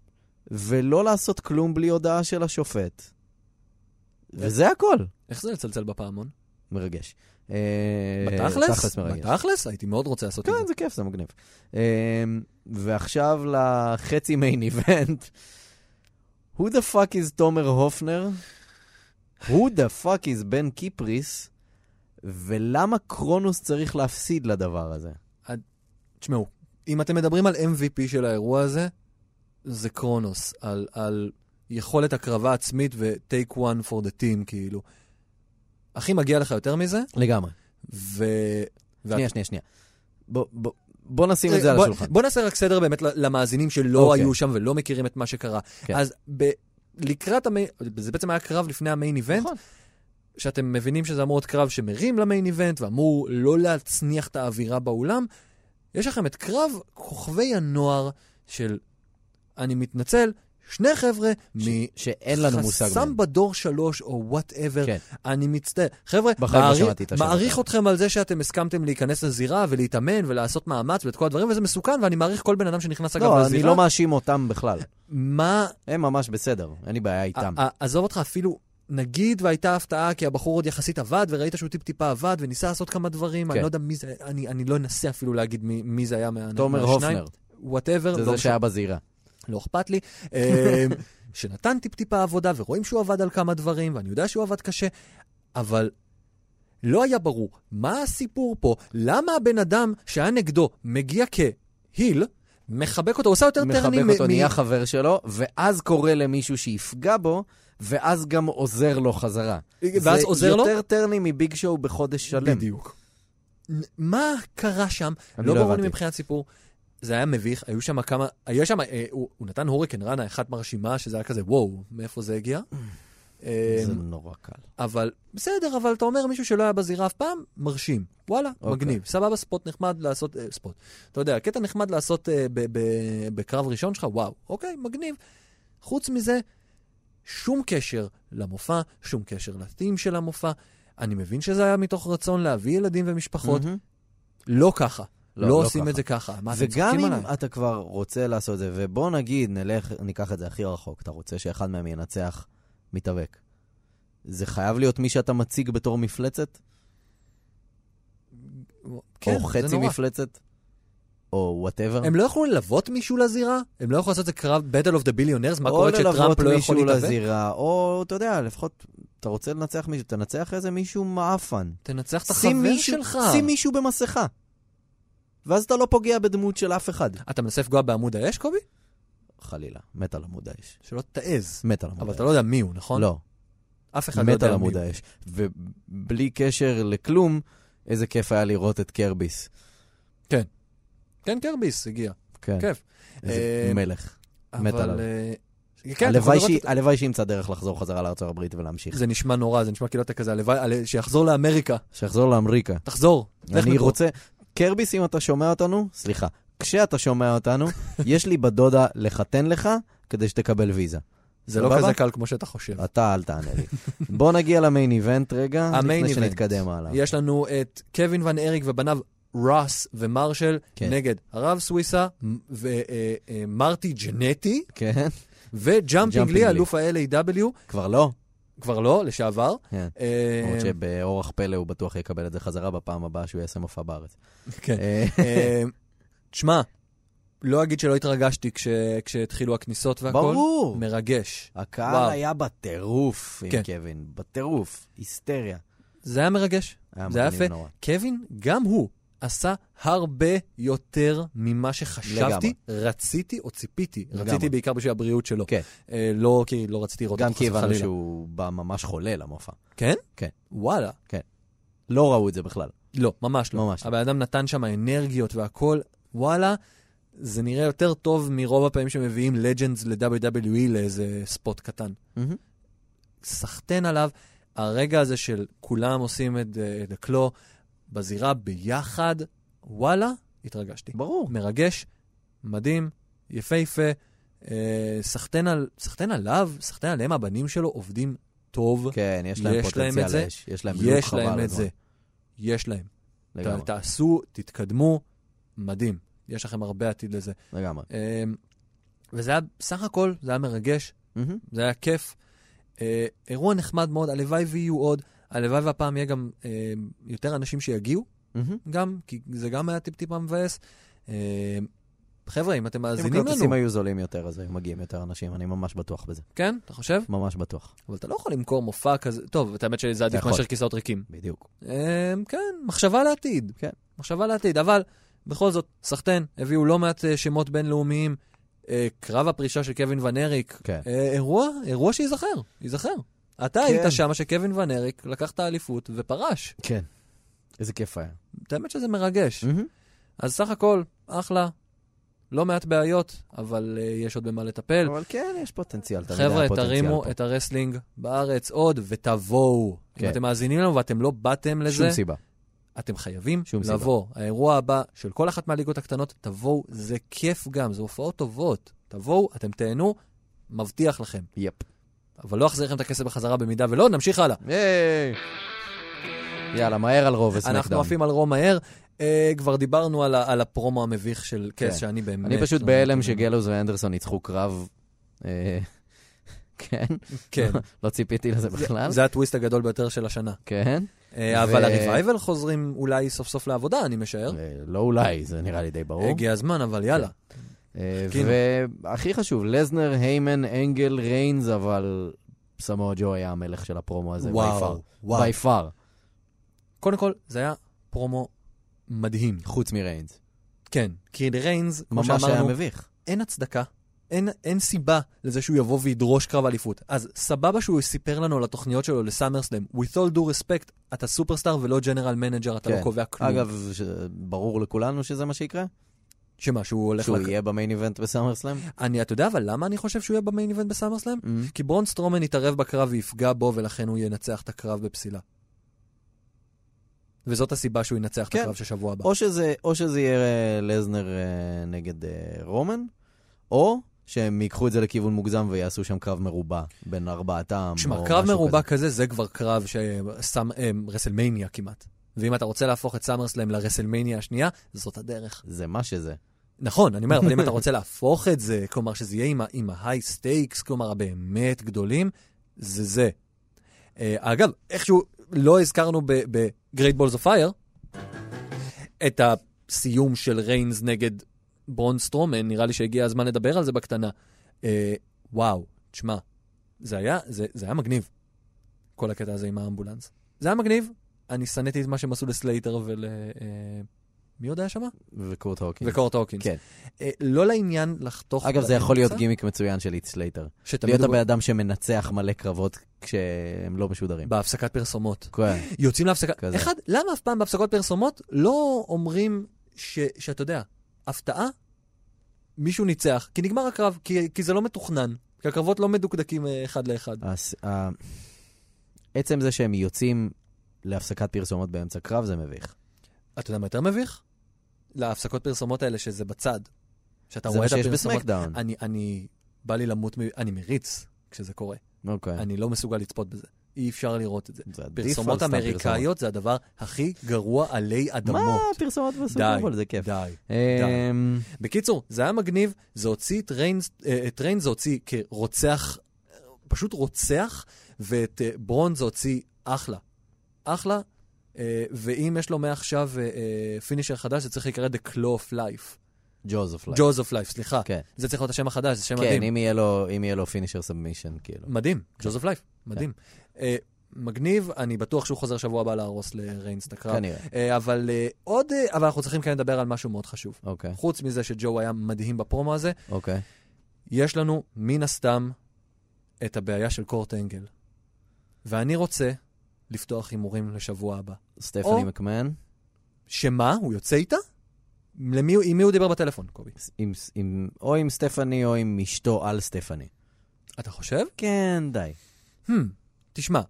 ולא לעשות כלום בלי הודעה של השופט. וזה הכל.
איך זה לצלצל בפעמון?
מרגש. אה,
בתכלס?
מרגש.
בתכלס? הייתי מאוד רוצה לעשות את
כן,
זה.
זה כיף, זה מגניב. אה, ועכשיו לחצי מיין איבנט. Who the fuck is תומר הופנר? Who the fuck is בן קיפריס? ולמה קרונוס צריך להפסיד לדבר הזה?
תשמעו, אם אתם מדברים על MVP של האירוע הזה, זה קרונוס, על, על יכולת הקרבה עצמית ו-take one for the team, כאילו. אחי, מגיע לך יותר מזה,
לגמרי.
ו...
שנייה, שנייה, שנייה. בוא- בוא- בוא נשים את
תראה,
זה על
אה, בוא-
השולחן.
בוא נעשה רק סדר באמת ל- למאזינים שלא
אוקיי.
היו שם ולא מכירים את מה שקרה.
כן.
אז ב- לקראת המיין, זה בעצם היה קרב לפני המיין איבנט,
נכון.
שאתם מבינים שזה אמור להיות קרב שמרים למיין איבנט ואמור לא להצניח את האווירה באולם. יש לכם את קרב כוכבי הנוער של, אני מתנצל, שני חבר'ה מ...
שאין לנו מושג.
חסם
מהם.
בדור שלוש או וואטאבר,
כן.
אני מצטער. חבר'ה,
בחיים לא
מעריך-
שמעתי את השם
מעריך
הזה.
אתכם על זה שאתם הסכמתם להיכנס לזירה ולהתאמן ולעשות מאמץ ואת כל הדברים, וזה מסוכן, ואני מעריך כל בן אדם שנכנס אגב
לא, אני
לזירה.
לא מאשים אותם בכלל.
מה...
הם ממש בסדר, אין לי בעיה איתם.
ע- ע- עזוב אותך אפילו, נגיד והייתה הפתעה כי הבחור עוד יחסית עבד, וראית שהוא טיפ-טיפה עבד וניסה לעשות כמה דברים, אני
כן.
לא יודע מי זה, אני אני לא אנסה אפילו להגיד מי- מי זה היה מה-
תומר
מהשניים.
הופנר,
וואטאבר,
זה
לא
זה
משנה.
שהיה בזירה.
לא אכפת לי, אה, שנתן טיפ-טיפה עבודה, ורואים שהוא עבד על כמה דברים, ואני יודע שהוא עבד קשה, אבל לא היה ברור מה הסיפור פה, למה הבן אדם שהיה נגדו מגיע כהיל, מחבק אותו, עושה יותר טרנים
מחבק
מ-
אותו,
מ-
נהיה חבר שלו, ואז קורא למישהו שיפגע בו, ואז גם עוזר לו חזרה.
ואז עוזר לו?
זה יותר טרני מביג שואו בחודש שלם.
בדיוק. נ- מה קרה שם?
אני
לא
לא
ברור לי
הבנתי.
מבחינת סיפור. זה היה מביך, היו שם כמה, היה שם, אה, הוא, הוא נתן הוריקן ראנה אחת מרשימה, שזה היה כזה, וואו, מאיפה זה הגיע? אה,
זה נורא קל.
אבל בסדר, אבל אתה אומר מישהו שלא היה בזירה אף פעם, מרשים. וואלה, okay.
אוקיי.
מגניב. סבבה, ספוט נחמד לעשות, אה, ספוט. אתה יודע, קטע נחמד לעשות אה, ב- ב- בקרב ראשון שלך, וואו, אוקיי, מגניב. חוץ מזה, שום קשר למופע, שום קשר לתים של המופע. אני מבין שזה היה מתוך רצון להביא ילדים ומשפחות.
מהמם.
לא ככה. לא,
לא
עושים
ככה.
את זה ככה. מה, אתם
וגם
צוחקים
אם
עליי?
אתה כבר רוצה לעשות את זה, ובוא נגיד, נלך, ניקח את זה הכי רחוק, אתה רוצה שאחד מהם ינצח מתאבק. זה חייב להיות מי שאתה מציג בתור מפלצת?
כן,
או
זה
חצי
נורא.
מפלצת? או וואטאבר?
הם לא יכלו ללוות מישהו לזירה? הם לא יכלו לעשות את זה קרב Battle of the Billionaires? מה קורה
או
כשטראמפ
ללוות
לא יכול
מישהו
להתאבק?
לזירה, או אתה יודע, לפחות אתה רוצה לנצח מישהו, תנצח איזה מישהו מעפן.
תנצח את
שים
החבר
מישהו-
שלך.
שים מישהו במסכה. ואז אתה לא פוגע בדמות של אף אחד.
אתה מנסה לפגוע בעמוד האש, קובי?
חלילה, מת על עמוד האש.
שלא תעז.
מת על עמוד האש.
אבל אתה לא יודע מי הוא, נכון?
לא,
אף אחד לא
מת
יודע
על
מי
עמוד
הוא.
האש. ובלי קשר לכלום, איזה כיף היה לראות את קרביס.
כן, קרביס הגיע.
כן.
כיף.
איזה
אה,
מלך. מת
אבל,
עליו.
אה, כן, אתה יכול
הלוואי
לראות
שהיא-
את-
הלוואי שימצא דרך לחזור חזרה לארצות הברית ולהמשיך.
זה נשמע נורא, זה נשמע כאילו אתה כזה, הלוואי, הלוואי- שיחזור לאמריקה.
שיחזור לאמריקה.
תחזור. לך
אני
מפה.
רוצה... קרביס, אם אתה שומע אותנו, סליחה, כשאתה שומע אותנו, יש לי בדודה לחתן לך כדי שתקבל ויזה.
זה לא
סבבה?
כזה קל כמו שאתה חושב.
אתה אל תענה לי. בוא נגיע למיין איבנט רגע,
המיין
לפני
איבנט.
שנתקדם הלאה.
יש לנו את קווין ון אריק ובניו רוס ומרשל
כן.
נגד הרב סוויסה אה, ומרטי ג'נטי
כן,
וג'אמפינג
ג'אמפינג
לי,
לי.
אלוף ה-LAW,
כבר לא.
כבר לא, לשעבר.
כן.
אה,
למרות שבאורח פלא הוא בטוח יקבל את זה חזרה בפעם הבאה שהוא יעשה מופע בארץ.
כן.
אה,
אה, תשמע, לא אגיד שלא התרגשתי כש, כשהתחילו הכניסות והכל.
ברור.
מרגש. וואו.
הקהל היה בטירוף עם
כן.
קווין, בטירוף, היסטריה.
זה היה מרגש. זה היה
מגניב
יפה.
נורא.
קווין, גם הוא עשה הרבה יותר ממה שחשבתי,
לגמרי.
רציתי או ציפיתי.
לגמרי.
רציתי בעיקר בשביל הבריאות שלו.
כן.
אה, לא כי לא רציתי לראות
גם
אותו
כי
חס
הבנו
וחלילה.
שהוא בא ממש חולה למופע.
כן?
כן.
וואלה.
לא ראו את זה בכלל.
לא, ממש לא.
ממש לא.
הבן אדם נתן שם אנרגיות והכל, וואלה, זה נראה יותר טוב מרוב הפעמים שמביאים לג'נדס ל-WWE E לאיזה ספוט קטן.
מהמם.
סחטיין עליו. הרגע הזה של כולם עושים את אה, את הקלו בזירה ביחד, וואלה, התרגשתי.
ברור.
מרגש, מדהים, יפהפה. אה, סחטיין על- סחטיין עליו, סחטיין עליהם, הבנים שלו עובדים טוב.
כן, יש להם
יש להם את
פוטנציאל
זה,
אש. יש להם בדיוק
יש
חבל.
להם את
הזמן.
זה. יש להם. ת-
לגמרי,
תעשו, תתקדמו, מדהים. יש לכם הרבה עתיד לזה.
לגמרי.
אה, וזה היה, סך הכל, זה היה מרגש,
מהמם.
זה היה כיף. אה, אירוע נחמד מאוד, הלוואי ויהיו עוד. הלוואי והפעם יהיה גם אה, יותר אנשים שיגיעו,
מהמם.
גם, כי זה גם היה טיפ-טיפה מבאס. אה, חבר'ה, אם אתם
אם
מאזינים
כרטיסים
לנו,
היו זולים יותר, אז היו מגיעים יותר אנשים, אני ממש בטוח בזה.
כן, אתה חושב?
ממש בטוח,
אבל אתה לא יכול למכור מופע כזה, טוב, את האמת שזה עדיף
יכול.
מאשר כיסאות ריקים.
בדיוק.
אה, כן, מחשבה לעתיד.
כן.
מחשבה לעתיד, אבל בכל זאת, סחטיין, הביאו לא מעט אה, שמות בינלאומיים. אה, קרב הפרישה של קווין ון אריק,
כן.
אה, אירוע, אירוע שייזכר, ייזכר. אתה
כן.
היית שם שקווין ון אריק לקח את האליפות ופרש.
כן. איזה כיף היה.
את האמת שזה מרגש. אז סך הכל, אחלה, לא מעט בעיות, אבל אה, יש עוד במה לטפל.
אבל כן, יש פוטנציאל, תמיד היה
חבר'ה,
פוטנציאל
תרימו
פה.
את הרסלינג בארץ עוד, ותבואו. אם
כן.
אתם מאזינים לנו ואתם לא באתם לזה,
שום סיבה.
אתם חייבים
שום סיבה.
לבוא. האירוע הבא של כל אחת מהליגות הקטנות, תבואו, זה כיף גם, זה הופעות טובות. תבואו, אתם תהנו, מבטיח לכם.
יפ.
אבל לא אחזיר לכם את הכסף בחזרה במידה ולא, נמשיך הלאה.
היי. יאללה, מהר על רוב וסמקדאון.
אנחנו עפים על רום מהר. אה, כבר דיברנו על, ה- על הפרומו המביך של קס,
כן.
שאני באמת...
אני פשוט
לא
בהלם
מתאמן.
שגלוז ואנדרסון ניצחו קרב. אה, כן,
כן,
לא ציפיתי לזה בכלל.
זה הטוויסט הגדול ביותר של השנה.
כן.
אה,
ו-
אבל הריבייבל חוזרים אולי סוף סוף לעבודה, אני משער. אה,
אה, לא אולי, זה נראה לי די ברור.
הגיע הזמן,
כן,
אבל יאללה.
אה,
חיכינו.
והכי חשוב, לזנר, היימן, אנגל, ריינס, אבל סמואל ג'ו היה המלך של הפרומו הזה, by far.
וואו, וואו.
by far,
קודם כל, זה היה פרומו מדהים.
חוץ מריינס.
כן, כי ריינס, כמו
ממש היה
שאמרנו,
מביך.
אין הצדקה, אין, אין סיבה לזה שהוא יבוא וידרוש קרב אליפות. אז סבבה שהוא סיפר לנו על התוכניות שלו לסאמרסלאם. With all due respect, אתה סופרסטאר ולא ג'נרל מנג'ר, אתה
כן.
לא קובע כלום.
אגב, ש- ברור לכולנו שזה מה שיקרה?
שמה, שהוא הולך...
שהוא
לק-
יהיה במיין איבנט בסאמרסלאם? Mm.
אני, אתה יודע אבל למה אני חושב שהוא יהיה במיין איבנט בסאמרסלאם? כי ברון סטרומן יתערב בקרב ויפגע בו, ולכן הוא ינצח את הקרב בפסילה. וזאת הסיבה שהוא ינצח
כן.
את הקרב של שבוע הבא.
או שזה, או שזה יהיה אה, לזנר אה, נגד אה, רומן, או שהם ייקחו את זה לכיוון מוגזם ויעשו שם קרב מרובע בין ארבעתם. או
תשמע, קרב
משהו
מרובע
כזה.
כזה זה כבר קרב ששם אה, רסלמניה כמעט. ואם אתה רוצה להפוך את סאמרסלאם לרסלמניה השנייה, זאת הדרך.
זה מה שזה.
נכון, אני אומר, אבל אם אתה רוצה להפוך את זה, כלומר שזה יהיה עם ה- עם ההיי סטייקס, כלומר הבאמת גדולים, זה זה. אה, אגב, איכשהו לא הזכרנו ב-Great Balls of Fire את הסיום של ריינס נגד ברון סטרומן, נראה לי שהגיע הזמן לדבר על זה בקטנה. אה, וואו, תשמע, זה היה, זה, זה היה מגניב, כל הקטע הזה עם האמבולנס. זה היה מגניב, אני שנאתי את מה שהם עשו לסלייטר ול... אה, מי עוד היה שמה?
וקורט הוקינג.
וקורט הוקינס.
כן.
אה, לא לעניין לחתוך...
אגב, זה יכול להיות
באמצע,
גימיק מצוין של איט סלייטר.
שתמיד
להיות
הוא
הבן אדם שמנצח מלא קרבות כשהם לא משודרים.
בהפסקת פרסומות.
כן.
יוצאים להפסקה...
כזה.
אחד, למה אף פעם בהפסקות פרסומות לא אומרים ש... שאתה יודע, הפתעה, מישהו ניצח, כי נגמר הקרב, כי, כי זה לא מתוכנן, כי הקרבות לא מדוקדקים אה, אחד לאחד.
הס- ה- אה, עצם זה שהם יוצאים להפסקת פרסומות באמצע קרב זה מביך.
אתה יודע מה יותר מביך? להפסקות פרסומות האלה שזה בצד. שאתה
זה
רואה
מה
את
שיש
הפרסומות.
בסמקדאון.
אני, אני, בא לי למות, מ... אני מריץ כשזה קורה.
אוקיי.
אני לא מסוגל לצפות בזה. אי אפשר לראות את זה.
זה עדיף על סתם
פרסומות אמריקאיות זה הדבר הכי גרוע עלי אדמות.
מה, פרסומות בסופרבול זה כיף.
די.
אמ,
בקיצור, זה היה מגניב, זה הוציא את ריינס, אה, את ריינס זה הוציא כרוצח, אה, פשוט רוצח, ואת אה, ברון זה הוציא אחלה. אחלה, אה, ואם יש לו מעכשיו אה, אה, פינישר חדש, זה צריך להיקרא The Claw of Life.
ג'וזף לייק.
Jaws of Life, סליחה.
כן.
זה צריך להיות השם החדש, זה שם
כן,
מדהים.
אם יהיה לו- אם יהיה לו פינישר סאבמישן, כאילו.
מדהים, Jaws of Life, מדהים.
כן.
אה, מגניב, אני בטוח שהוא חוזר שבוע הבא להרוס לריינס את הקרב.
כנראה.
אה, אבל אה, עוד, אה, אבל אנחנו צריכים כן לדבר על משהו מאוד חשוב.
אוקיי,
חוץ מזה שג'ו היה מדהים בפרומו הזה,
אוקיי.
יש לנו מן הסתם את הבעיה של קורט אנגל. ואני רוצה לפתוח הימורים לשבוע הבא.
סטפני
או-
מקמן
שמה? הוא יוצא איתה? למי, הוא- עם מי הוא דיבר בטלפון, קובי?
עם- עם- או עם סטפני או עם אשתו על סטפני.
אתה חושב?
כן, די.
Hmm, תשמע,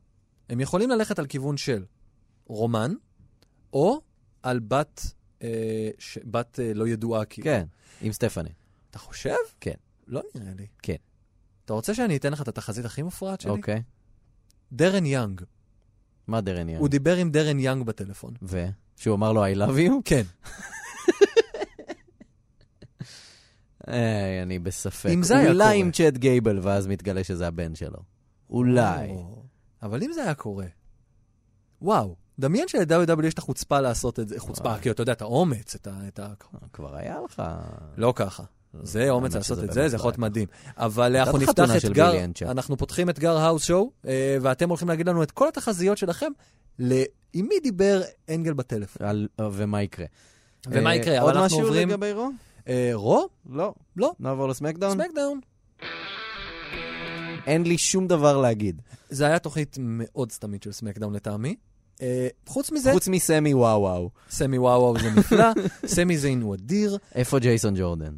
הם יכולים ללכת על כיוון של רומן, או על בת, אה, ש... בת אה, לא ידועה כאילו.
כן, עם סטפני.
אתה חושב?
כן.
לא נראה לי.
כן.
אתה רוצה שאני אתן לך את התחזית הכי מופרעת שלי?
אוקיי. כן.
דרן יאנג.
מה דרן יאנג?
הוא דיבר עם דרן יאנג בטלפון.
ו? שהוא אמר לו I love you?
כן.
היי, אה, אני בספק.
אם זה היה קורה.
אולי עם צ'אט גייבל, ואז מתגלה שזה הבן שלו. אולי.
או. אבל אם זה היה קורה, וואו, דמיין של-WW יש את החוצפה לעשות את זה, חוצפה,
וואי.
כי אתה יודע, את האומץ, את ה... את ה...
כבר היה לך...
לא ככה. זה אומץ
האמת
לעשות
שזה
את זה,
באמת
זה
לא
יכול להיות
היה
מדהים. אבל
הייתה
אנחנו
לך
נפתח
חתונה
את
של
גר,
בילי אנצ'ה.
אנחנו פותחים את גר האוס שואו, אה, ואתם הולכים להגיד לנו את כל התחזיות שלכם, ל- עם מי דיבר אנגל בטלפון.
על- ומה יקרה.
ומה
אה,
יקרה, אבל אנחנו
עוד
עוברים...
משהו לגבי רו?
אה, רו?
לא.
לא.
נעבור לסמקדאון?
סמקדאון.
אין לי שום דבר להגיד.
זה היה תוכנית מאוד סתמית של סמקדאון לטעמי. אה, חוץ מזה,
חוץ מסמי וואו וואו.
סמי וואו וואו זה נפלא, סמי זיין הוא אדיר.
איפה ג'ייסון ג'ורדן?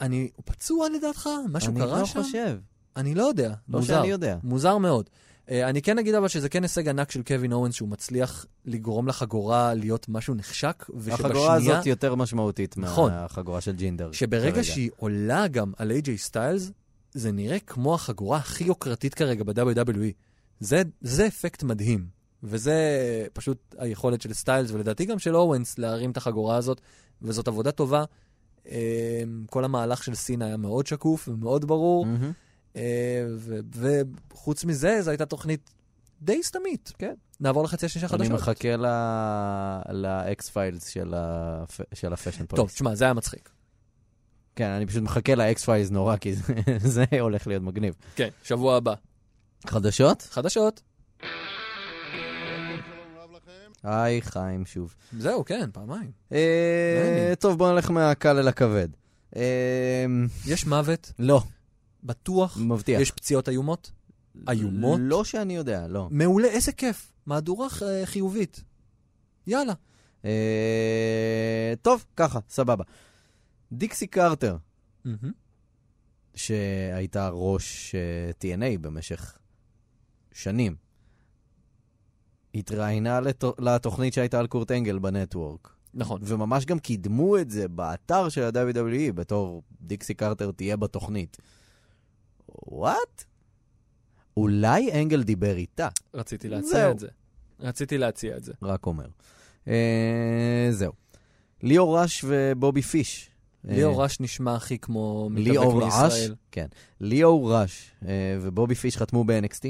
אני, הוא פצוע לדעתך? משהו קרה שם?
אני לא חושב.
אני לא יודע,
לא
מוזר.
שאני יודע.
מוזר מאוד. אה, אני כן אגיד אבל שזה כן הישג ענק של קווין אורנס, שהוא מצליח לגרום לחגורה להיות משהו נחשק,
החגורה
ושבשנייה,
הזאת יותר משמעותית
נכון.
מהחגורה של ג'ינדר.
שברגע
כרגע.
שהיא עולה גם על איי-ג'יי סטיילס, זה נראה כמו החגורה הכי יוקרתית כרגע ב-WWE. זה, זה אפקט מדהים, וזה אה, פשוט היכולת של סטיילס, ולדעתי גם של אורנס, להרים את החגורה הזאת, וזאת עבודה טובה. אה, כל המהלך של סינה היה מאוד שקוף ומאוד ברור.
מהמם.
אה, ו- וחוץ מזה, זו הייתה תוכנית די סתמית.
כן.
נעבור לחצי השני של
אני
החדשות.
מחכה ל- לאקס פיילס של הפ- של הפשן
טוב,
פוליס.
תשמע, זה היה מצחיק.
כן, אני פשוט מחכה לאקס פיילס נורא, כי זה- זה הולך להיות מגניב.
כן, שבוע הבא.
חדשות?
חדשות.
היי, חיים שוב.
זהו, כן, פעמיים.
אה,
מעניין.
טוב, בוא נלך מהקל אל הכבד. אה,
יש מוות,
לא,
בטוח.
מבטיח.
יש פציעות איומות. איומות?
לא שאני יודע, לא.
מעולה, איזה כיף. מהדורה אה, חיובית. יאללה.
אה, טוב, ככה, סבבה. דיקסי קרטר,
מהמם.
שהייתה ראש אה, TNA במשך שנים, התראיינה לתו- לתוכנית שהייתה על קורט אנגל בנטוורק.
נכון.
וממש גם קידמו את זה באתר של ה-WWE בתור דיקסי קרטר תהיה בתוכנית. וואט? אולי אנגל דיבר איתה,
רציתי
להציע זהו. את
זה. רציתי להציע את זה.
רק אומר. אה, זהו. ליאור רש ובובי פיש.
ליאור רש נשמע הכי כמו מתאבק מישראל.
אה. ליאור רש, כן. ליאור רש אה, ובובי פיש חתמו ב-NXT.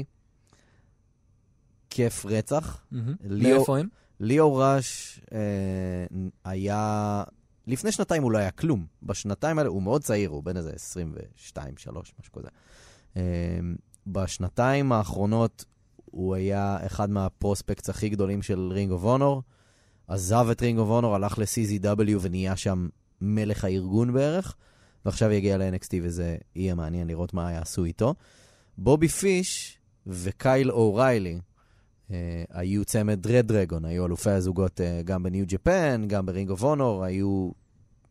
כיף רצח.
מהמם.
ליאור-
מאיפה הם?
ליאור רש אה, היה... לפני שנתיים הוא לא היה כלום. בשנתיים האלה, הוא מאוד צעיר, הוא בן איזה 22, 3, משהו כזה. אה, בשנתיים האחרונות הוא היה אחד מהפרוספקטס הכי גדולים של רינג אוף אונור. עזב את רינג אוף אונור, הלך ל-CZW ונהיה שם מלך הארגון בערך. ועכשיו יגיע ל-NXT וזה יהיה מעניין לראות מה יעשו איתו. בובי פיש וקייל אוריילי, אה, היו צמד רד דרגון, היו אלופי הזוגות אה, גם בניו ג'פן, גם ברינג אוף אונור, היו,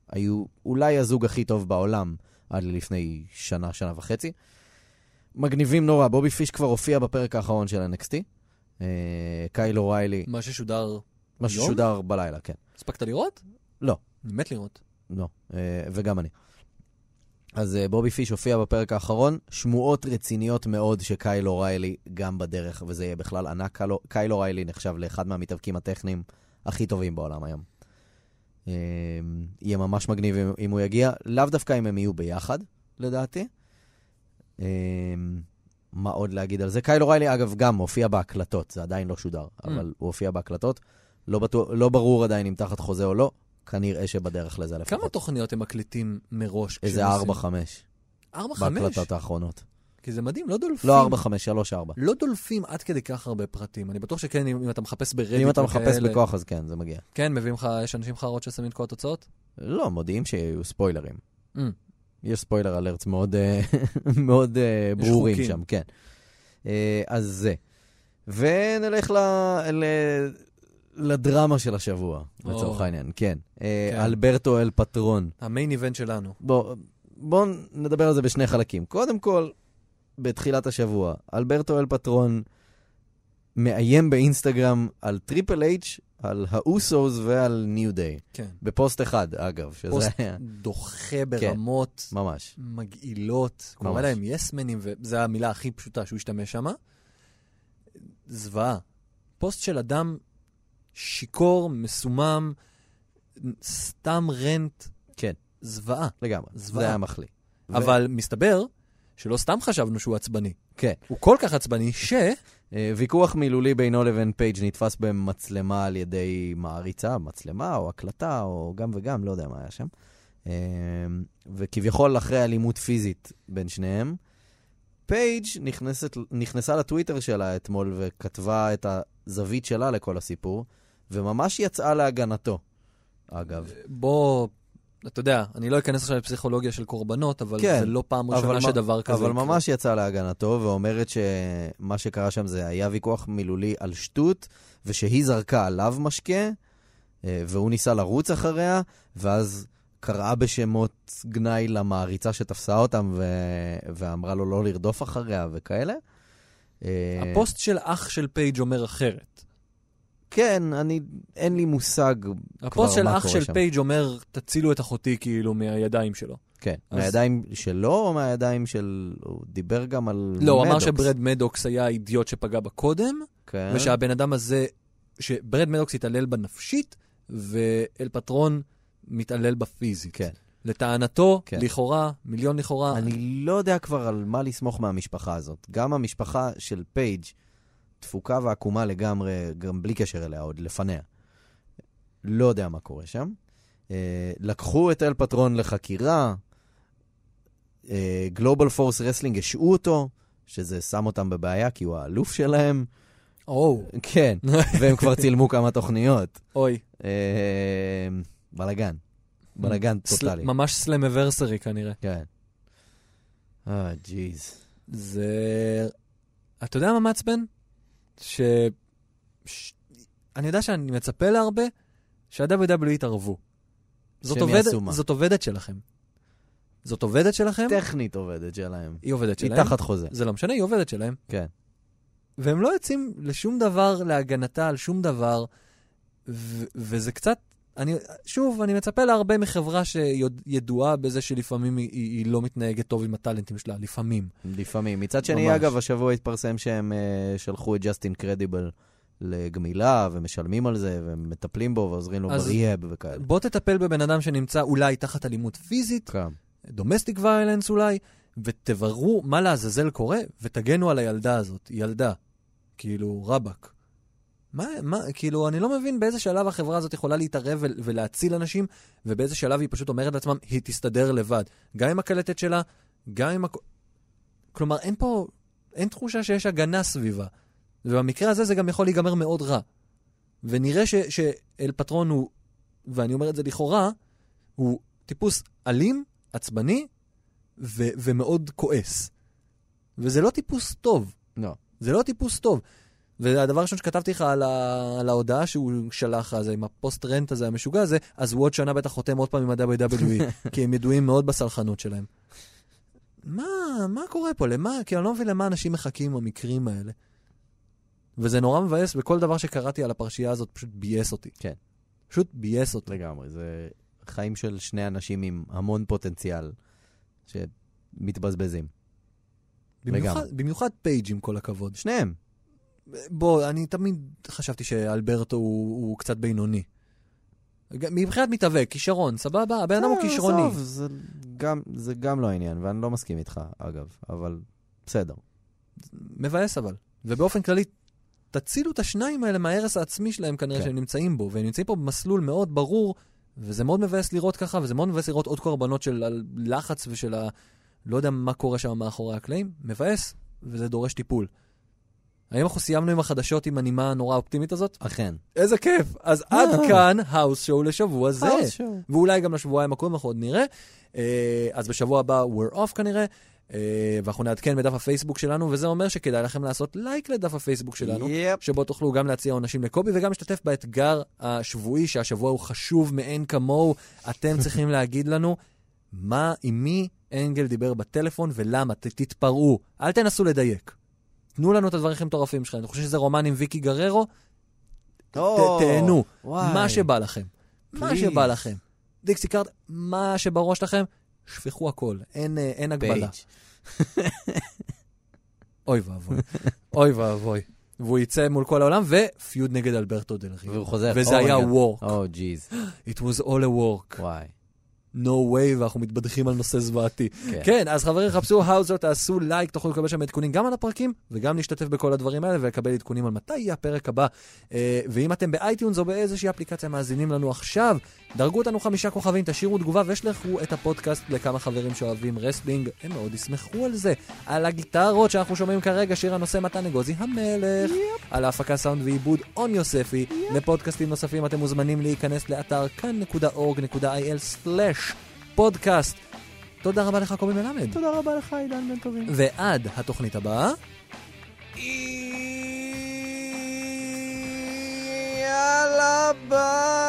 היו אולי הזוג הכי טוב בעולם עד לפני שנה, שנה וחצי. מגניבים נורא, בובי פיש כבר הופיע בפרק האחרון של NXT. אה, קייל אוריילי,
מה ששודר,
מה ששודר בלילה, כן.
הספקת לראות?
לא.
אני מת לראות.
לא, אה, וגם אני. אז אה, בובי פיש הופיע בפרק האחרון, שמועות רציניות מאוד שקייל אוריילי גם בדרך, וזה יהיה בכלל ענק. קייל- קייל אוריילי נחשב לאחד מהמתאבקים הטכניים הכי טובים בעולם היום. אה, יהיה ממש מגניב אם, אם הוא יגיע, לאו דווקא אם הם יהיו ביחד, לדעתי. אה, מה עוד להגיד על זה? קייל אוריילי, אגב, גם הופיע בהקלטות, זה עדיין לא שודר, אבל הוא הופיע בהקלטות. לא, בטוח, לא ברור עדיין אם תחת חוזה או לא, כנראה שבדרך לזה לפחות.
כמה תוכניות הם מקליטים מראש?
איזה
כשהם
4-5
עושים? ארבע, חמש?
בהקלטות האחרונות.
כי זה מדהים, לא דולפים.
לא 4-5, 3-4.
לא דולפים עד כדי כך הרבה פרטים. אני בטוח שכן, אם אם אתה מחפש ברדיט
אם אתה
וכאלה,
מחפש בכוח אז כן, זה מגיע.
כן, מביאים לך, יש אנשים חרות ששמים את כל התוצאות?
לא, מודיעים שיהיו ספוילרים.
Mm.
יש ספוילר אלרטס מאוד, אה, מאוד אה, ברורים
חוקים.
שם, כן. אה, אז זה. ונלך ל... ל... לדרמה של השבוע,
או.
לצורך העניין, כן. אה,
כן.
אלברטו אל פטרון.
המיין איבנט שלנו.
בואו בוא נדבר על זה בשני חלקים. קודם כל, בתחילת השבוע, אלברטו אל פטרון מאיים באינסטגרם על טריפל אייץ', על האוסוס ועל ניו דיי.
כן.
בפוסט אחד, אגב, שזה
פוסט
היה...
דוחה ברמות
ממש.
מגעילות. קורא
ממש.
להם יסמנים, וזו המילה הכי פשוטה שהוא השתמש שמה. זוועה. פוסט של אדם שיכור, מסומם, סתם רנט.
כן.
זוועה.
לגמרי.
זוועה.
זה היה מחליא. כן. ו-
אבל מסתבר שלא סתם חשבנו שהוא עצבני.
כן.
הוא כל כך עצבני ש...
אה, ויכוח מילולי בינו לבין פייג' נתפס במצלמה על ידי מעריצה, מצלמה או הקלטה או גם וגם, לא יודע מה היה שם. אה, וכביכול אחרי אלימות פיזית בין שניהם, פייג' נכנסת, נכנסה לטוויטר שלה אתמול וכתבה את הזווית שלה לכל הסיפור, וממש יצאה להגנתו, אגב.
בוא, אתה יודע, אני לא אכנס עכשיו לפסיכולוגיה של קורבנות, אבל
כן,
זה לא פעם ראשונה
מה-
שדבר כזה
אבל
יקרה.
ממש יצאה להגנתו, ואומרת שמה שקרה שם זה היה ויכוח מילולי על שטות, ושהיא זרקה עליו משקה, אה, והוא ניסה לרוץ אחריה, ואז קראה בשמות גנאי למעריצה שתפסה אותם, ו... ואמרה לו לא לרדוף אחריה וכאלה. אה,
הפוסט של אח של פייג' אומר אחרת.
כן, אני, אין לי מושג,
הפוסט של
מה
אח
קורה
של
שם.
פייג' אומר, תצילו את אחותי כאילו מהידיים שלו.
כן,
אז-
מהידיים שלו או מהידיים של... הוא דיבר גם על
לא, הוא אמר
מדוקס.
שברד מדוקס היה האידיוט שפגע בה קודם,
כן.
ושהבן אדם הזה, שברד מדוקס התעלל בה נפשית, ואל פטרון מתעלל בה פיזית.
כן.
לטענתו,
כן.
לכאורה, מיליון לכאורה,
אני לא יודע כבר על מה לסמוך מהמשפחה הזאת. גם המשפחה של פייג' תפוקה ועקומה לגמרי, גם בלי קשר אליה, עוד לפניה. לא יודע מה קורה שם. אה, לקחו את אל פטרון לחקירה, אה, גלובל פורס רסלינג השעו אותו, שזה שם אותם בבעיה כי הוא האלוף שלהם.
או,
כן, והם כבר צילמו כמה תוכניות. אה,
אוי,
בלאגן, בלאגן
סל-
טוטאלי.
ממש סלאם אברסרי כנראה.
כן. אה, ג'יז.
זה... אתה יודע מה מעצבן? ש... ש... אני יודע שאני מצפה להרבה, שה-WWE יתערבו. זאת,
שהם
עובד...
יעשו מה?
זאת עובדת שלכם. זאת עובדת שלכם,
טכנית עובדת שלהם.
היא עובדת
היא
שלהם.
תחת חוזה.
זה לא משנה, היא עובדת שלהם.
כן.
והם לא יוצאים לשום דבר להגנתה על שום דבר, ו- וזה קצת... אני, שוב, אני מצפה להרבה מחברה שידועה בזה שלפעמים היא, היא, היא לא מתנהגת טוב עם הטאלנטים שלה, לפעמים.
לפעמים. מצד שני,
ממש.
אגב, השבוע התפרסם שהם אה, שלחו את ג'סטין קרדיבל לגמילה, ומשלמים על זה, ומטפלים בו, ועוזרים לו
אז-
בריאב וכאלה.
בוא תטפל בבן אדם שנמצא אולי תחת אלימות פיזית,
כן.
דומסטיק ויילנס אולי, ותבררו מה לעזאזל קורה, ותגנו על הילדה הזאת, היא ילדה. כאילו, רבאק. מה, מה, כאילו, אני לא מבין באיזה שלב החברה הזאת יכולה להתערב ול- ולהציל אנשים, ובאיזה שלב היא פשוט אומרת לעצמם, היא תסתדר לבד. גם עם הקלטת שלה, גם עם הכ... כלומר, אין פה, אין תחושה שיש הגנה סביבה. ובמקרה הזה זה גם יכול להיגמר מאוד רע. ונראה ש, שאל פטרון הוא, ואני אומר את זה לכאורה, הוא טיפוס אלים, עצבני ו- ומאוד כועס. וזה לא טיפוס טוב.
לא.
זה לא טיפוס טוב. והדבר הראשון שכתבתי לך על, ה- על ההודעה שהוא שלח אז עם הפוסט רנט הזה המשוגע הזה, אז הוא עוד שנה בטח חותם עוד פעם עם ה-WWE, כי הם ידועים מאוד בסלחנות שלהם. מה, מה קורה פה? למה, כי אני לא מבין למה אנשים מחכים עם המקרים האלה. וזה נורא מבאס, וכל דבר שקראתי על הפרשייה הזאת פשוט ביאס אותי.
כן.
פשוט ביאס אותי.
לגמרי. זה חיים של שני אנשים עם המון פוטנציאל שמתבזבזים.
במיוחד,
לגמרי.
במיוחד פייג' עם כל הכבוד.
שניהם.
בוא, אני תמיד חשבתי שאלברטו הוא, הוא קצת בינוני. גם- מבחינת מתאבק, כישרון, סבבה? הבן אדם הוא
אה,
כישרוני.
עזוב, זה גם- זה גם לא העניין, ואני לא מסכים איתך, אגב, אבל בסדר.
מבאס אבל. ובאופן כללי, תצילו את השניים האלה מההרס העצמי שלהם כנראה
כן.
שהם נמצאים בו, והם נמצאים פה במסלול מאוד ברור, וזה מאוד מבאס לראות ככה, וזה מאוד מבאס לראות עוד קורבנות של הלחץ ושל ה... לא יודע מה קורה שם מאחורי הקלעים, מבאס, וזה דורש טיפול. האם אנחנו סיימנו עם החדשות עם הנימה הנורא האופטימית הזאת?
אכן.
איזה כיף. אז עד
אה.
כאן האוס שואו לשבוע זה.
אה, שוב.
ואולי גם לשבועיים הקרובים, אנחנו עוד נראה. אה, אז בשבוע הבא we're off כנראה, אה, ואנחנו נעדכן בדף הפייסבוק שלנו, וזה אומר שכדאי לכם לעשות לייק לדף הפייסבוק שלנו.
יפ.
שבו תוכלו גם להציע עונשים לקובי וגם להשתתף באתגר השבועי, שהשבוע הוא חשוב מאין כמוהו. אתם צריכים להגיד לנו מה, עם מי אנגל דיבר בטלפון ולמה, ת, תתפרעו. אל תנסו לדייק. תנו לנו את הדברים הכי מטורפים שלכם. אני חושב שזה רומן עם ויקי גררו,
או,
ת- תהנו.
וואי.
מה שבא לכם. מה
Please.
שבא לכם. דיקסי קארד, מה שבראש לכם, שפכו הכל. אין, אה, אין הגבלה.
פייג'.
אוי ואבוי. אוי ואבוי. והוא יצא מול כל העולם, ופיוד נגד אלברטו דל ריו.
והוא חוזר.
וזה
Oh my
היה
God.
וורק.
או, ג'יז.
It was all a work.
וואי.
no way, ואנחנו מתבדחים על נושא זוועתי.
כן.
כן, אז חברים, חפשו האוזר, תעשו לייק, תוכלו לקבל שם עדכונים גם על הפרקים וגם להשתתף בכל הדברים האלה ולקבל עדכונים על מתי יהיה הפרק הבא. אה, ואם אתם באייטיונס או באיזושהי אפליקציה מאזינים לנו עכשיו, דרגו אותנו חמישה כוכבים, תשאירו תגובה ושלחו את הפודקאסט לכמה חברים שאוהבים רסלינג, הם מאוד ישמחו על זה. על הגיטרות שאנחנו שומעים כרגע, שיר הנושא מתן אגוזי המלך. על ההפקה סאונד ועיבוד און יוספי. לפודקאסטים נוספים אתם מוזמנים להיכנס לאתר כאן.org.il/פודקאסט. תודה רבה לך קובי מלמד.
תודה רבה לך, עידן בן טובים.
ועד התוכנית הבאה.
יאללה ביי!